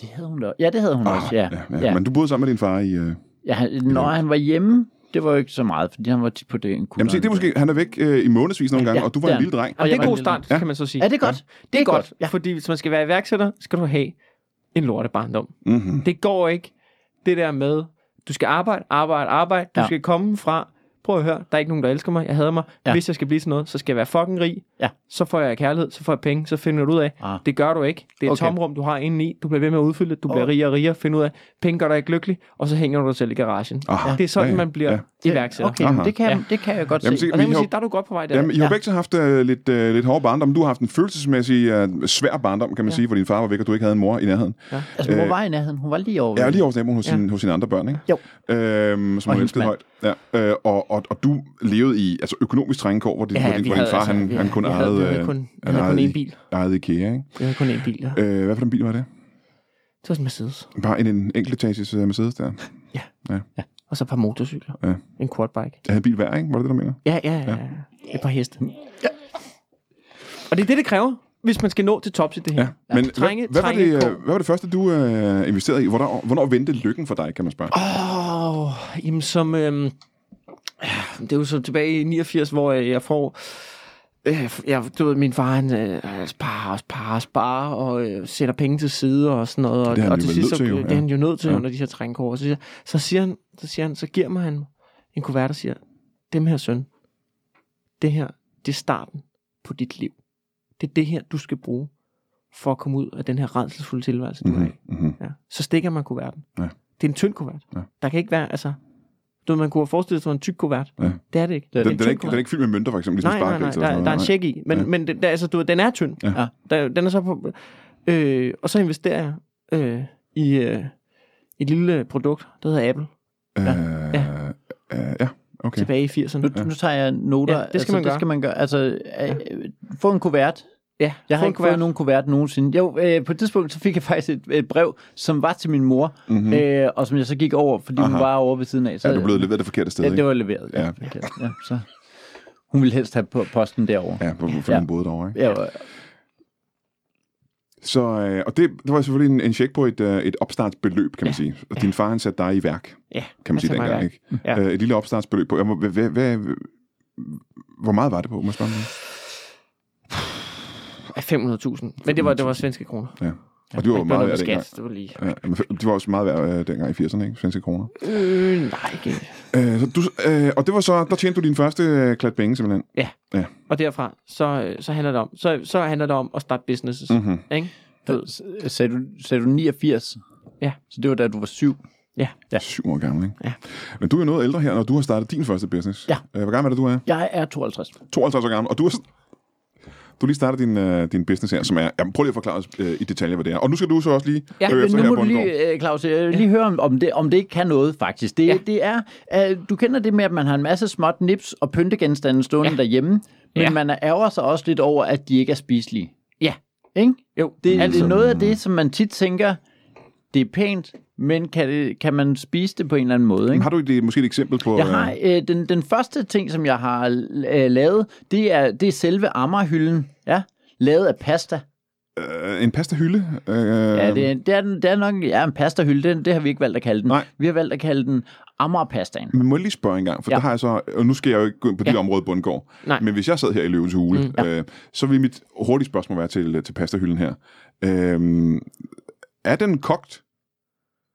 Speaker 3: Det havde hun da. Ja, det havde hun ah, også, ja.
Speaker 1: ja, ja. Men du boede sammen med din far i... Øh...
Speaker 3: ja. han- Når han var hjemme, det var jo ikke så meget, fordi han var tit på den kugle.
Speaker 1: Jamen se, det er måske, han er væk øh, i månedsvis nogle gange,
Speaker 3: Ja,
Speaker 1: og du var
Speaker 3: det
Speaker 1: en
Speaker 3: er
Speaker 1: lille dreng.
Speaker 2: Og det er
Speaker 3: jeg
Speaker 2: en god
Speaker 3: var-
Speaker 2: start,
Speaker 1: Ja.
Speaker 2: ja. kan man så sige.
Speaker 3: Ja, det er godt.
Speaker 2: Det er godt, ja. fordi hvis man skal være iværksætter, skal du have en lorte barndom.
Speaker 1: Mm-hmm.
Speaker 2: Det går ikke, det der med, du skal arbejde, arbejde, arbejde, du
Speaker 3: Ja.
Speaker 2: ja. skal komme fra, prøv at høre, der er ikke nogen, der elsker mig, jeg hader mig.
Speaker 3: Ja.
Speaker 2: Ja. Hvis jeg skal blive sådan noget, så skal jeg være fucking rig,
Speaker 3: Ja.
Speaker 2: så får jeg kærlighed, så får jeg penge, så finder du ud af,
Speaker 3: Ah.
Speaker 2: det gør du ikke. Det er et
Speaker 3: Okay.
Speaker 2: tomrum, du har indeni, du bliver ved med at udfylde det, du bliver
Speaker 3: Og-
Speaker 2: rigere og rigere, finder ud af, penge gør dig ikke lykkelig, og så hænger du dig selv i garagen.
Speaker 1: Ah,
Speaker 2: Det er sådan,
Speaker 1: ja,
Speaker 2: man bliver
Speaker 3: Ja.
Speaker 2: iværksætter.
Speaker 3: Okay,
Speaker 1: Aha.
Speaker 3: men det kan,
Speaker 2: Ja.
Speaker 3: det kan jeg godt
Speaker 1: Jamen,
Speaker 3: se.
Speaker 1: se,
Speaker 2: Og
Speaker 1: vi
Speaker 2: der, kan man
Speaker 1: har-
Speaker 2: sige, der er du godt på vej der.
Speaker 1: Jamen, I har
Speaker 3: Ja.
Speaker 1: begge så haft øh, lidt, øh, lidt hård barndom. Du har haft en følelsesmæssig øh, svær barndom, kan man ja. sige, hvor din far var væk, og du ikke havde en mor i nærheden. Ja,
Speaker 3: Altså, mor var i nærheden. Hun var lige over.
Speaker 1: jeg er
Speaker 3: ved-
Speaker 1: lige over naboen hos, øh, ja.
Speaker 2: Ja.
Speaker 1: hos sine andre børn, ikke?
Speaker 3: Jo.
Speaker 1: Øhm, som
Speaker 3: Og
Speaker 1: hun
Speaker 3: hendes
Speaker 1: elskede højt.
Speaker 3: mand.
Speaker 1: Ja. Øh, og, og, og du levede i altså, økonomisk trængekår, hvor, det, ja,
Speaker 2: Ja,
Speaker 1: hvor, din,
Speaker 2: vi
Speaker 1: hvor din
Speaker 2: havde
Speaker 1: far
Speaker 2: altså-
Speaker 1: han,
Speaker 2: vi-
Speaker 1: han kun
Speaker 2: vi havde-
Speaker 1: ejede,
Speaker 2: vi havde
Speaker 1: øh,
Speaker 2: kun- vi
Speaker 1: han
Speaker 2: havde kun
Speaker 1: ejede
Speaker 2: én bil.
Speaker 1: I, ejede IKEA, ikke?
Speaker 2: Jeg havde kun én bil, ja.
Speaker 1: Øh, hvad for en bil var det?
Speaker 2: Det var sådan en Mercedes.
Speaker 1: Bare en, en enkeltetages øh, Mercedes der.
Speaker 2: Og så et par motorcykler.
Speaker 1: Ja.
Speaker 2: Ja. En quadbike.
Speaker 1: Jeg havde en bil hver, ikke? Var det det, du mener?
Speaker 2: Ja, ja, ja. ja. Et par heste. Ja. Og det er det, det kræver, hvis man skal nå til tops i det her. Ja.
Speaker 1: Men
Speaker 2: trænge,
Speaker 1: hvad, hvad, var
Speaker 2: trænge
Speaker 1: det, øh,
Speaker 2: kår.
Speaker 1: hvad var det første, du øh, investerede i? Hvornår, hvornår vendte lykken for dig, kan man spørge?
Speaker 2: Åh, oh, jamen som... Øhm, ja, det er jo så tilbage i 89, hvor øh, jeg får... Øh, jeg, du ved, min far, han øh, sparer og sparer og sparer, og øh, sætter penge til side og sådan noget. Og,
Speaker 1: Det er han
Speaker 2: og
Speaker 1: jo vel nødt
Speaker 2: så,
Speaker 1: til, jo,
Speaker 2: det
Speaker 1: ja.
Speaker 2: er han jo nødt til
Speaker 1: Ja.
Speaker 2: ja. under de her trænkår. Så, siger- så, siger han, så siger han, så giver mig han en kuvert, der siger, dem her søn, det her, det er starten på dit liv. Det er det her, du skal bruge for at komme ud af den her redselsfulde tilværelse, du mm-hmm. er i.
Speaker 1: Mm-hmm. Mm-hmm.
Speaker 2: Ja. Så stikker man kuverten.
Speaker 1: Ja.
Speaker 2: Det er en tynd kuvert.
Speaker 1: Ja.
Speaker 2: Der kan ikke være, altså... Du, ved, man kunne have forestillet sig, at det var en tyk kuvert.
Speaker 1: Ja.
Speaker 2: Det er det ikke.
Speaker 3: Den-
Speaker 2: det
Speaker 1: Den, den, er ikke, den er ikke fyldt med mønter, for eksempel, ligesom
Speaker 2: nej, nej, nej,
Speaker 1: sparkels eller
Speaker 2: der,
Speaker 1: sådan
Speaker 2: der er
Speaker 1: noget.
Speaker 2: en check i. Men,
Speaker 1: Ja.
Speaker 2: ja. men den- der, altså, du, ved, den er tynd.
Speaker 1: Ja.
Speaker 3: Ja.
Speaker 2: Der, den er så på... Øh, og så investerer jeg øh, i øh, et lille produkt, der hedder Apple, okay.
Speaker 1: Øh, øh, ja, okay.
Speaker 2: tilbage i 80'erne.
Speaker 3: Nu, nu tager jeg noter.
Speaker 2: Ja, det skal
Speaker 3: altså,
Speaker 2: man
Speaker 3: Det
Speaker 2: gøre.
Speaker 3: skal man gøre. Altså, øh, få en kuvert.
Speaker 2: Ja,
Speaker 3: Jeg har
Speaker 2: få en
Speaker 3: ikke kuvert. fået nogen kuvert nogensinde. Jo, øh, på et tidspunkt så fik jeg faktisk et, et brev, som var til min mor, mm-hmm. øh, og som jeg så gik over, fordi Aha. hun
Speaker 1: Aha.
Speaker 3: var over ved siden af. Så,
Speaker 1: Ja, Mhm. du blev leveret det forkerte sted,
Speaker 3: ja, det
Speaker 1: ikke?
Speaker 3: var leveret.
Speaker 1: Ja.
Speaker 3: Ja. Ja. ja, så. Hun ville helst have på posten derovre.
Speaker 1: Ja, hvor hvor fanden boede derovre, ikke?
Speaker 3: Ja, og-
Speaker 1: Så, øh, og det, det var selvfølgelig en, en check på et, øh, et opstartsbeløb, kan man sige. Og din far, han satte dig i værk,
Speaker 2: Ja,
Speaker 1: kan man
Speaker 2: altså
Speaker 1: sige
Speaker 2: mig
Speaker 1: dengang,
Speaker 2: værk.
Speaker 1: ikke?
Speaker 2: Ja.
Speaker 1: Øh, et lille opstartsbeløb på. Jamen, Hvad, hvad, hvad, hvor meget var det på, må jeg spørge om det?
Speaker 2: Ja, 500.000. Men det var, det var svenske kroner.
Speaker 1: Ja. Og det var jo
Speaker 2: Ikke
Speaker 1: meget
Speaker 2: noget
Speaker 1: værd
Speaker 2: med
Speaker 1: dengang.
Speaker 2: skat, det var lige...
Speaker 1: Ja, men de var også meget værd øh, dengang i 80'erne, ikke? Svenske kroner.
Speaker 2: Øh, nej, ikke.
Speaker 1: Øh, så du, øh, og det var så, der tjente du din første øh, klat penge, simpelthen.
Speaker 2: Og derfra, så, øh, så, handler det om, så, så handler det om at starte businesses.
Speaker 1: Mhm.
Speaker 2: Ikke? Du ved,
Speaker 3: S- sagde, du, sagde du 89?
Speaker 2: Ja.
Speaker 3: Så det var da du var syv.
Speaker 1: Ja. Syv år gammel, ikke?
Speaker 2: Ja.
Speaker 1: Men du er jo noget ældre her, når du har startet din første business.
Speaker 3: Ja.
Speaker 1: Øh, hvor gammel er det, du er?
Speaker 3: Jeg er 52.
Speaker 1: 52 år gammel, og du har s- du har lige startet din, øh, din business her, som er... Jamen, prøv lige at forklare os øh, i detaljer, hvad det er. Og nu skal du så også lige
Speaker 2: Ja,
Speaker 1: høre
Speaker 3: Men
Speaker 1: efter
Speaker 3: nu
Speaker 1: her
Speaker 3: må
Speaker 1: på
Speaker 3: du
Speaker 1: en gård.
Speaker 3: lige, øh, Claus, øh, lige høre, om- om det, om det ikke kan noget, faktisk. Det,
Speaker 2: Ja.
Speaker 3: det er, øh, du kender det med, at man har en masse småt nips og pyntegenstande stående ja.
Speaker 2: Ja.
Speaker 3: derhjemme, men
Speaker 2: Ja.
Speaker 3: man ærger sig også lidt over, at de ikke er spiselige.
Speaker 2: Ja.
Speaker 3: Ikke?
Speaker 2: Jo,
Speaker 3: Det,
Speaker 2: altid.
Speaker 3: det er noget af det, som man tit tænker, det er pænt, men kan, det, kan man spise det på en eller anden måde? Ikke?
Speaker 1: Har du et, måske et eksempel på...
Speaker 3: Jeg har,
Speaker 1: Øh,
Speaker 3: øh, den, den første ting, som jeg har øh, lavet, det er, det er selve ammerhylden, ja, lavet af pasta.
Speaker 1: øh, en pastahylde? Øh,
Speaker 3: Ja, det er, det er, den- det er nok ja, en pastahylde. Det, det har vi ikke valgt at kalde den.
Speaker 1: Nej.
Speaker 3: Vi har valgt at kalde den Amagerpastaen.
Speaker 1: Men må jeg lige spørge en gang, for ja.
Speaker 3: Ja.
Speaker 1: der har jeg så, og nu skal jeg jo ikke gå ind på dit
Speaker 3: Ja.
Speaker 1: område, Bundgaard,
Speaker 2: Nej.
Speaker 1: men hvis jeg sad her i Løvens Hule, mm, ja. øh, så vil mit hurtige spørgsmål være til, til pastahylden her. Øh, er den kogt?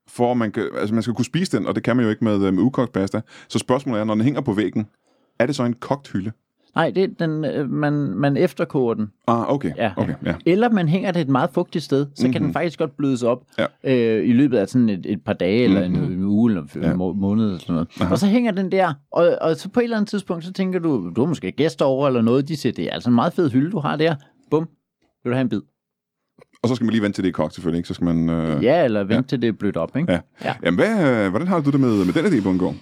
Speaker 1: For at man, kan, altså man skal kunne spise den, og det kan man jo ikke med, øh, med ukogt pasta. Så spørgsmålet er, når den hænger på væggen, er det så en kogt hylde?
Speaker 3: Nej, det er den, øh, man, man efterkoger den.
Speaker 1: Ah, okay.
Speaker 3: Ja.
Speaker 1: okay ja.
Speaker 3: Eller man hænger det et meget fugtigt sted, så mm-hmm. kan den faktisk godt blødes op
Speaker 1: Ja.
Speaker 3: øh, i løbet af sådan et, et par dage, eller en, en uge, eller en
Speaker 1: Ja.
Speaker 3: Mhm. ja. måned, eller sådan noget. Aha. Og så hænger den der, og, og så på et eller andet tidspunkt, så tænker du, du har måske gæster over, eller noget, de siger, det er altså en meget fed hylde, du har der. Bum, vil du have en bid?
Speaker 1: Og så skal man lige vente til det er kogt, selvfølgelig. Ikke? Så skal man... Øh...
Speaker 3: Ja, eller vent ja. til det er blødt op, ikke?
Speaker 1: Ja. ja.
Speaker 2: Ja.
Speaker 1: Jamen, hvad, øh, hvordan har du det med, med den idé, Bundgaard?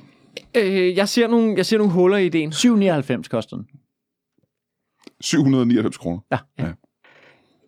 Speaker 2: Øh, jeg, ser nogle, jeg ser nogle huller i ideen.
Speaker 3: 7,99 koster den.
Speaker 1: 799 kroner.
Speaker 3: Ja.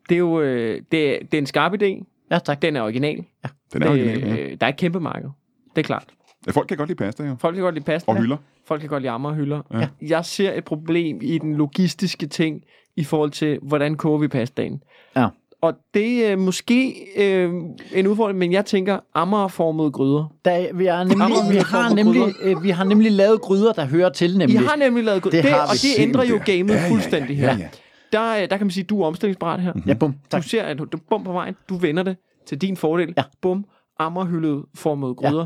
Speaker 2: Det er jo øh, det, er- det er en skarp idé.
Speaker 3: Ja, tak.
Speaker 2: Den er original. Ja,
Speaker 1: Den er original. ja.
Speaker 2: øh, der er et kæmpe marked. Det er klart.
Speaker 1: Ja, folk kan godt lide pasta, jo.
Speaker 2: Folk kan godt lide pasta.
Speaker 1: Og hylder.
Speaker 2: Folk kan godt lide ammer og hylder. Ja. Jeg ser et problem i den logistiske ting i forhold til, hvordan koger vi pastaen.
Speaker 3: Ja.
Speaker 2: Og det er øh, måske øh, en udfordring, men jeg tænker ammerformede gryder.
Speaker 3: Der, vi, er nemlig,
Speaker 2: Ammer-
Speaker 3: vi, har nemlig, øh, vi har nemlig lavet gryder, der hører til,
Speaker 2: I
Speaker 3: nemlig.
Speaker 2: har nemlig lavet gryder,
Speaker 3: det
Speaker 2: det,
Speaker 3: har vi
Speaker 2: og det
Speaker 1: set
Speaker 2: ændrer jo
Speaker 1: der.
Speaker 2: gamet
Speaker 1: Ja, ja, ja,
Speaker 2: fuldstændig
Speaker 1: ja,
Speaker 2: her.
Speaker 1: ja.
Speaker 2: Der, øh, der kan man sige, du er omstillingsparat her.
Speaker 3: Mhm. Ja, bum.
Speaker 2: Du
Speaker 3: Tak.
Speaker 2: ser, at du bum på vejen, du vender det til din fordel.
Speaker 3: Ja.
Speaker 2: Bum, ammerhyldet formede gryder.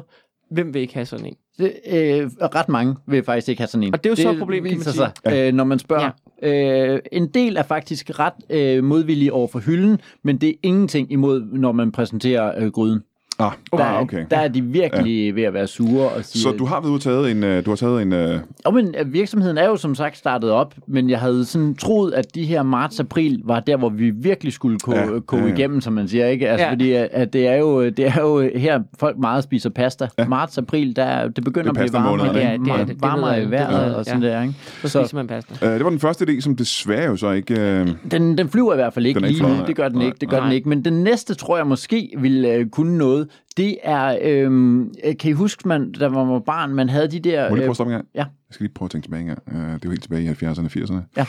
Speaker 2: Hvem vil ikke have sådan en?
Speaker 3: Det, øh, ret mange vil faktisk ikke have sådan en.
Speaker 2: Og det er jo så et problem, kan man
Speaker 3: viser
Speaker 2: sige.
Speaker 3: sig, øh, når man spørger. Ja. Øh, en del er faktisk ret øh, modvillige over for hylden, men det er ingenting imod, når man præsenterer øh, gryden.
Speaker 1: Ah,
Speaker 3: Der,
Speaker 1: ah,
Speaker 3: er-
Speaker 1: okay.
Speaker 3: der er de virkelig ja. ved at være sure og sige,
Speaker 1: Så du har været ude og taget en... øh, Du har taget en øh,
Speaker 3: Jo, men øh, virksomheden er jo som sagt startet op, men jeg havde sådan troet, at de her marts-april var der, hvor vi virkelig skulle gå,
Speaker 1: Ja,
Speaker 3: ja, gå
Speaker 1: ja,
Speaker 3: ja,
Speaker 1: ja.
Speaker 3: igennem, som man siger, ikke? Altså,
Speaker 2: Ja.
Speaker 3: ja. fordi at at det er, jo, øh, det er jo her, folk meget spiser pasta. Ja. Marts-april, der, er- det begynder
Speaker 1: Det
Speaker 3: at
Speaker 1: passer
Speaker 3: blive varmere,
Speaker 1: månederne,
Speaker 3: det
Speaker 1: ikke?
Speaker 3: er, det er, det
Speaker 2: ved
Speaker 3: varmere
Speaker 2: jeg,
Speaker 3: i
Speaker 2: det
Speaker 3: vejret
Speaker 2: ved jeg,
Speaker 3: og sådan
Speaker 2: ja.
Speaker 3: der, ikke?
Speaker 2: Så spiser man pasta.
Speaker 1: øh, det var den første idé, som desværre jo så ikke... Øh,
Speaker 3: Den, den flyver i hvert fald ikke
Speaker 1: Den er ikke
Speaker 3: lige nu.
Speaker 1: fløjet,
Speaker 3: Det gør den
Speaker 1: nej.
Speaker 3: ikke, det gør
Speaker 2: Nej.
Speaker 3: den ikke. Men den næste, tror jeg måske, vil øh, kunne noget. Det er, øhm, øh, kan I huske, man, da man var barn, man havde de der...
Speaker 1: må jeg lige prøve
Speaker 3: øh,
Speaker 1: at stoppe en gang?
Speaker 3: ja.
Speaker 1: Jeg skal lige prøve at tænke tilbage en gang. Øh, det er jo helt tilbage i 70'erne og 80'erne.
Speaker 3: ja.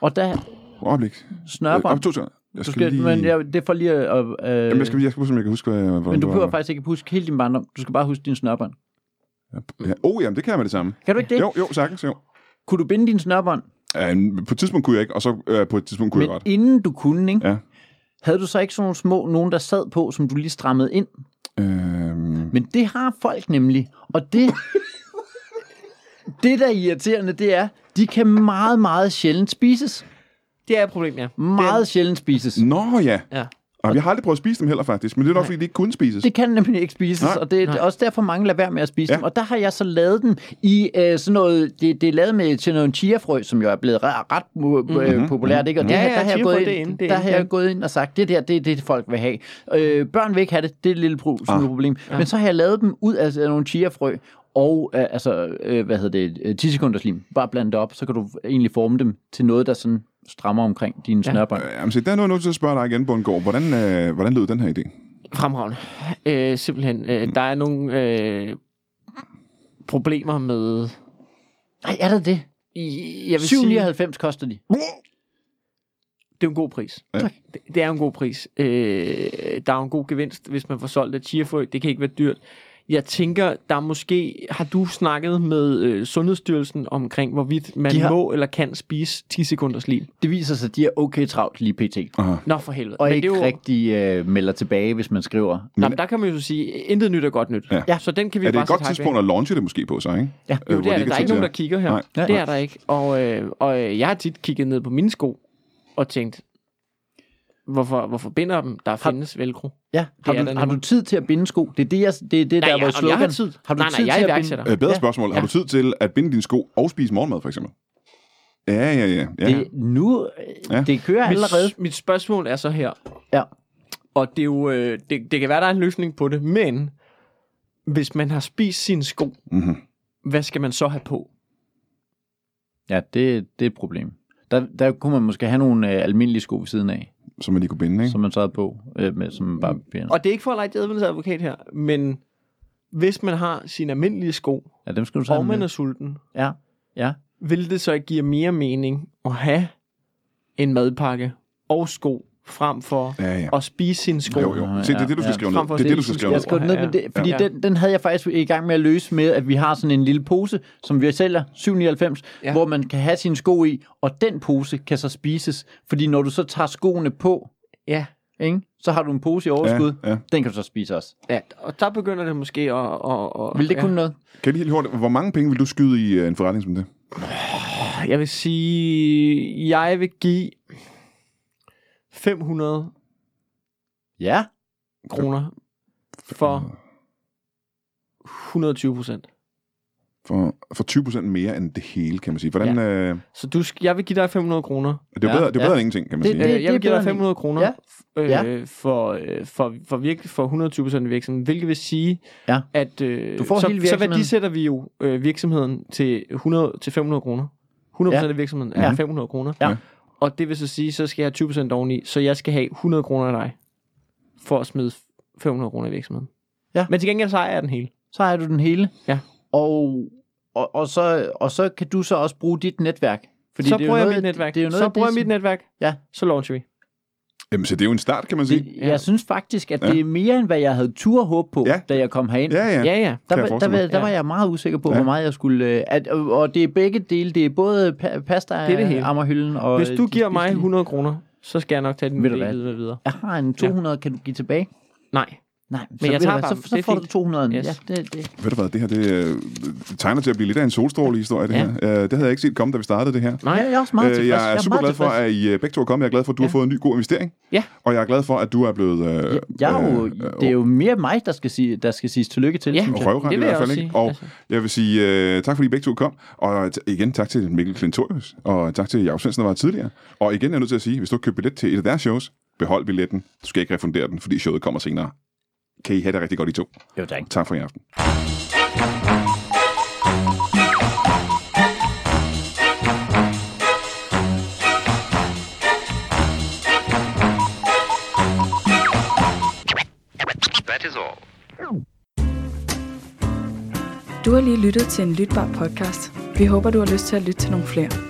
Speaker 3: Og der
Speaker 1: Øjeblik. Øh,
Speaker 3: snørbånd.
Speaker 1: op, to sekunder. Jeg
Speaker 3: Du
Speaker 1: skal lige...
Speaker 3: men jeg, det er for lige at... Øh,
Speaker 1: Jamen, jeg skal, jeg skal, jeg skal, jeg kan huske, øh, hvordan
Speaker 3: men du
Speaker 1: det
Speaker 3: behøver
Speaker 1: var.
Speaker 3: faktisk ikke at huske hele din barndom. Du skal bare huske din snørbånd.
Speaker 1: Ja. Oh, jamen, det kan jeg med det samme.
Speaker 3: Kan du ikke det?
Speaker 1: Jo, jo, sagtens, jo.
Speaker 3: Kunne du binde din snørbånd?
Speaker 1: Øh, på et tidspunkt kunne jeg ikke, og så øh, på et tidspunkt kunne
Speaker 3: Men
Speaker 1: jeg godt.
Speaker 3: inden du kunne, ikke?
Speaker 1: Ja.
Speaker 3: havde du så ikke sådan nogle små, nogen der sad på, som du lige strammede ind?
Speaker 1: Øh,
Speaker 3: Men det har folk nemlig. Og det, det der er irriterende, det er, de kan meget, meget sjældent spises.
Speaker 2: Det er et problem, ja.
Speaker 3: Meget sjældent spises.
Speaker 1: nå ja.
Speaker 2: Ja.
Speaker 1: Og jeg har aldrig prøvet at spise dem heller, faktisk. Men det er nok, fordi de ikke kunne spises.
Speaker 3: Det kan nemlig ikke spises,
Speaker 1: Nej.
Speaker 3: Nej. og det er
Speaker 2: Nej.
Speaker 3: også derfor, mange lader være med at spise
Speaker 1: Ja.
Speaker 3: ja. dem. Og der har jeg så lavet dem i øh, sådan noget, det, det er lavet med til noget chiafrø, som jo er blevet ret, ret mm-hmm. populært. Ikke? Og det
Speaker 2: Ja,
Speaker 3: her,
Speaker 2: ja,
Speaker 3: der har jeg
Speaker 2: chiafrø,
Speaker 3: gået
Speaker 2: det er
Speaker 3: ind,
Speaker 2: inde, det er
Speaker 3: der
Speaker 2: inde,
Speaker 3: har jeg
Speaker 2: ja.
Speaker 3: gået ind og sagt, det der, det er det, folk vil have. Øh, børn vil ikke have det, det er et lille pro- ah. problem. Ja. Men så har jeg lavet dem ud af nogle chiafrø, og øh, altså, øh, hvad hedder det, øh, 10 sekunders lim. Bare blande det op, så kan du egentlig forme dem til noget, der sådan strammer omkring dine ja. snørbånd.
Speaker 1: Øh, Jamen, se, der er noget, jeg er nødt til at spørge dig igen, Bundgaard. Hvordan, øh, hvordan lød den her idé?
Speaker 2: Fremragende. Øh, simpelthen.
Speaker 3: Mm.
Speaker 2: Øh, der er nogle øh, problemer med...
Speaker 3: Nej, er det det?
Speaker 2: I- Jeg vil sige,
Speaker 3: 7,99 koster de.
Speaker 2: det er en god pris.
Speaker 1: Ja. Tak.
Speaker 2: Det, det er en god pris. Øh, der er jo en god gevinst, hvis man får solgt et chiafrø. Det kan ikke være dyrt. Jeg tænker, der er måske... Har du snakket med øh, Sundhedsstyrelsen omkring, hvorvidt man
Speaker 3: De har-
Speaker 2: må eller kan spise 10 sekunders liv?
Speaker 3: Det viser sig, at de er okay travlt lige pt.
Speaker 1: Aha.
Speaker 2: Nå, for helvede.
Speaker 3: Og
Speaker 2: Men
Speaker 3: ikke
Speaker 2: det er jo,
Speaker 3: rigtig øh, melder tilbage, hvis man skriver.
Speaker 2: Nå, men der kan man jo så sige, intet nyt er godt nyt.
Speaker 1: Ja.
Speaker 3: Ja.
Speaker 2: Så den kan vi
Speaker 1: Er det
Speaker 2: bare
Speaker 1: et godt
Speaker 2: sætte hak ved.
Speaker 1: tidspunkt at launche det måske på sig, ikke?
Speaker 3: Ja.
Speaker 1: Øh,
Speaker 2: Jo,
Speaker 1: hvor
Speaker 2: det er
Speaker 1: de
Speaker 2: det. Der er
Speaker 1: kan
Speaker 2: ikke nogen, der
Speaker 1: tænke
Speaker 2: kigger her.
Speaker 1: Nej.
Speaker 2: Nej. Det er der ikke. Og, øh, og øh, jeg har tit kigget ned på mine sko og tænkt, hvorfor, hvorfor binder dem? Der findes velcro.
Speaker 3: Ja, har,
Speaker 2: Det er
Speaker 3: du,
Speaker 2: der
Speaker 3: har
Speaker 2: nu.
Speaker 3: du tid til at binde sko? Det er det, jeg, det, er det der,
Speaker 2: ja,
Speaker 3: hvor
Speaker 2: om jeg
Speaker 3: slogan...
Speaker 2: har tid.
Speaker 3: Har du
Speaker 2: nej, nej,
Speaker 3: tid
Speaker 2: jeg
Speaker 3: til
Speaker 2: er
Speaker 3: at binde-
Speaker 2: iværksætter.
Speaker 1: til. Øh, bedre
Speaker 3: Ja.
Speaker 1: spørgsmål. Har
Speaker 2: Ja.
Speaker 1: du tid til at binde dine sko og spise morgenmad, for eksempel? Ja, ja, ja. ja.
Speaker 3: Det, nu,
Speaker 1: Ja.
Speaker 3: ja. det kører allerede.
Speaker 2: Mit, mit spørgsmål er så her,
Speaker 3: Ja.
Speaker 2: og det, er jo, øh, det, det kan være, der er en løsning på det, men hvis man har spist sine sko,
Speaker 1: Mhm.
Speaker 2: hvad skal man så have på?
Speaker 3: ja, det, det er et problem. Der, der kunne man måske have nogle øh, almindelige sko ved siden af,
Speaker 1: Som man lige kunne binde, ikke?
Speaker 3: som man så havde på, øh, med, som man bare binder.
Speaker 2: Mm. Og det er ikke for at lege djævelens advokat her, men hvis man har sine almindelige sko,
Speaker 3: Ja, dem skal du så
Speaker 2: og
Speaker 3: have
Speaker 2: man er
Speaker 3: med.
Speaker 2: sulten,
Speaker 3: Ja, ja.
Speaker 2: vil det så ikke give mere mening at have en madpakke og sko frem for
Speaker 1: Ja, ja.
Speaker 2: at spise sine sko?
Speaker 1: Jo, jo. Se, det er det, du skal
Speaker 3: Ja.
Speaker 1: skrive
Speaker 2: Frem
Speaker 1: ned.
Speaker 2: for at
Speaker 1: Det er det, du
Speaker 2: se
Speaker 1: skal
Speaker 2: sin
Speaker 1: skrive
Speaker 2: sko.
Speaker 3: Jeg
Speaker 1: ned.
Speaker 3: skrev den ned, men det, fordi
Speaker 2: Ja.
Speaker 3: ja. den, den havde jeg faktisk i gang med at løse med, at vi har sådan en lille pose, som vi sælger, 799,
Speaker 2: Ja.
Speaker 3: ja. hvor man kan have sine sko i, og den pose kan så spises, fordi når du så tager skoene på,
Speaker 2: Ja.
Speaker 3: ikke, så har du en pose i overskud,
Speaker 1: Ja, ja.
Speaker 3: den kan du så spise også.
Speaker 2: ja, og der begynder det måske at... at, at
Speaker 3: Vil det
Speaker 2: ja.
Speaker 3: kunne noget?
Speaker 1: Kan jeg lige helt hurtigt, hvor mange penge vil du skyde i øh, en forretning som det?
Speaker 2: Jeg vil sige, jeg vil give 500
Speaker 3: Ja.
Speaker 1: Øh.
Speaker 2: kroner for 120 procent.
Speaker 1: for, for 20% mere end det hele, kan man sige. Hvordan, ja. øh,
Speaker 2: Så du, sk- jeg vil give dig 500 kroner.
Speaker 1: det er jo
Speaker 3: Ja,
Speaker 1: bedre, det er bedre
Speaker 3: ja.
Speaker 1: end ingenting, kan man
Speaker 3: Det-
Speaker 1: sige.
Speaker 3: det-
Speaker 2: Øh, jeg vil give
Speaker 3: bedre
Speaker 2: dig
Speaker 3: end
Speaker 2: 500 kroner
Speaker 3: Ja.
Speaker 2: øh,
Speaker 3: Ja.
Speaker 2: for, øh, for, for, virke, for 120% af virksomheden, hvilket vil sige,
Speaker 3: Ja.
Speaker 2: at øh,
Speaker 3: Du får
Speaker 2: så,
Speaker 3: hele
Speaker 2: så
Speaker 3: virksomheden.
Speaker 2: værdisætter vi jo øh, virksomheden til, 100, til 500 kroner. 100%
Speaker 3: Ja.
Speaker 2: af virksomheden er
Speaker 3: Ja.
Speaker 2: 500 kroner.
Speaker 3: Ja.
Speaker 2: Og det vil så sige, så skal jeg have 20% oveni, så jeg skal have 100 kroner af dig, for at smide 500 kroner i virksomheden.
Speaker 3: Ja.
Speaker 2: Men til gengæld så er jeg den hele.
Speaker 3: så har du den hele.
Speaker 2: Ja.
Speaker 3: Og, og, og, så, og så kan du så også bruge dit netværk.
Speaker 2: Fordi så
Speaker 3: det er jo
Speaker 2: bruger jeg
Speaker 3: noget
Speaker 2: mit
Speaker 3: af-
Speaker 2: netværk.
Speaker 3: Det er jo noget
Speaker 2: så
Speaker 3: af
Speaker 2: bruger
Speaker 3: det,
Speaker 2: jeg mit netværk.
Speaker 3: Ja.
Speaker 2: Så launcher vi.
Speaker 1: Jamen, så det er jo en start, kan man sige.
Speaker 3: Det,
Speaker 2: Ja.
Speaker 3: jeg synes faktisk, at
Speaker 1: Ja.
Speaker 3: det er mere, end hvad jeg havde tur håb på,
Speaker 1: Ja.
Speaker 3: da jeg kom herind.
Speaker 1: Ja, ja.
Speaker 2: Ja, ja.
Speaker 3: Der,
Speaker 1: Kan jeg
Speaker 3: var- der,
Speaker 1: forestille
Speaker 3: var-
Speaker 1: mig.
Speaker 3: der var
Speaker 2: Ja.
Speaker 3: jeg meget usikker på,
Speaker 1: Ja.
Speaker 3: ja. hvor meget jeg skulle... øh, At, og og det er begge dele. Det er både pa- pasta
Speaker 2: er det hele.
Speaker 3: Ammerhylden og...
Speaker 2: Hvis
Speaker 3: øh,
Speaker 2: du
Speaker 3: de
Speaker 2: giver mig
Speaker 3: spiselige.
Speaker 2: 100 kroner, så skal jeg nok tage din
Speaker 3: Ved du
Speaker 2: idé
Speaker 3: hvad?
Speaker 2: videre. videre.
Speaker 3: Jeg har en 200, ja. kan du give tilbage?
Speaker 2: Nej.
Speaker 3: Nej, men
Speaker 2: jeg tager bare
Speaker 3: så,
Speaker 2: dem.
Speaker 3: så
Speaker 2: Det er
Speaker 3: får du
Speaker 2: fint.
Speaker 3: 200.
Speaker 2: Yes.
Speaker 3: Yes. Ja, det, det.
Speaker 1: Ved du hvad, det her det, øh, det tegner til at blive lidt af en solstrålehistorie, det
Speaker 2: Ja.
Speaker 1: her. Øh, det havde jeg ikke set komme, da vi startede det her.
Speaker 2: Nej.
Speaker 3: Ja, jeg er også meget
Speaker 1: Øh,
Speaker 3: tilfreds.
Speaker 1: jeg er super
Speaker 3: meget
Speaker 1: glad for,
Speaker 3: tilfreds.
Speaker 1: at I øh, begge to er kommet. Jeg er glad for, at du har fået en ny god investering.
Speaker 2: Ja.
Speaker 1: Og jeg er glad for, at du er blevet... Øh,
Speaker 3: Jeg, jeg er jo,
Speaker 1: øh, øh,
Speaker 3: det er jo mere mig, der skal, sige, der skal siges tillykke til,
Speaker 2: Ja.
Speaker 3: synes
Speaker 1: og
Speaker 3: jeg.
Speaker 1: røvret
Speaker 2: Det
Speaker 1: i
Speaker 2: vil jeg
Speaker 1: hvert fald,
Speaker 2: også
Speaker 1: ikke?
Speaker 2: sige,
Speaker 1: Og
Speaker 2: altså.
Speaker 1: jeg vil sige øh, tak, fordi I begge to kom. Og t- igen tak til Mikkel Klintorius, og tak til Jacob Svendsen, der var her tidligere. Og igen er jeg nødt til at sige, hvis du ikke køber billet til et af deres shows, behold billetten. Du skal ikke refundere den, fordi showet kommer senere. Kan I have det rigtig godt i to.
Speaker 3: Jo, tak.
Speaker 1: Tak for i aften.
Speaker 4: That is all.
Speaker 5: Du har lige lyttet til en lytbar podcast. Vi håber, du har lyst til at lytte til nogle flere.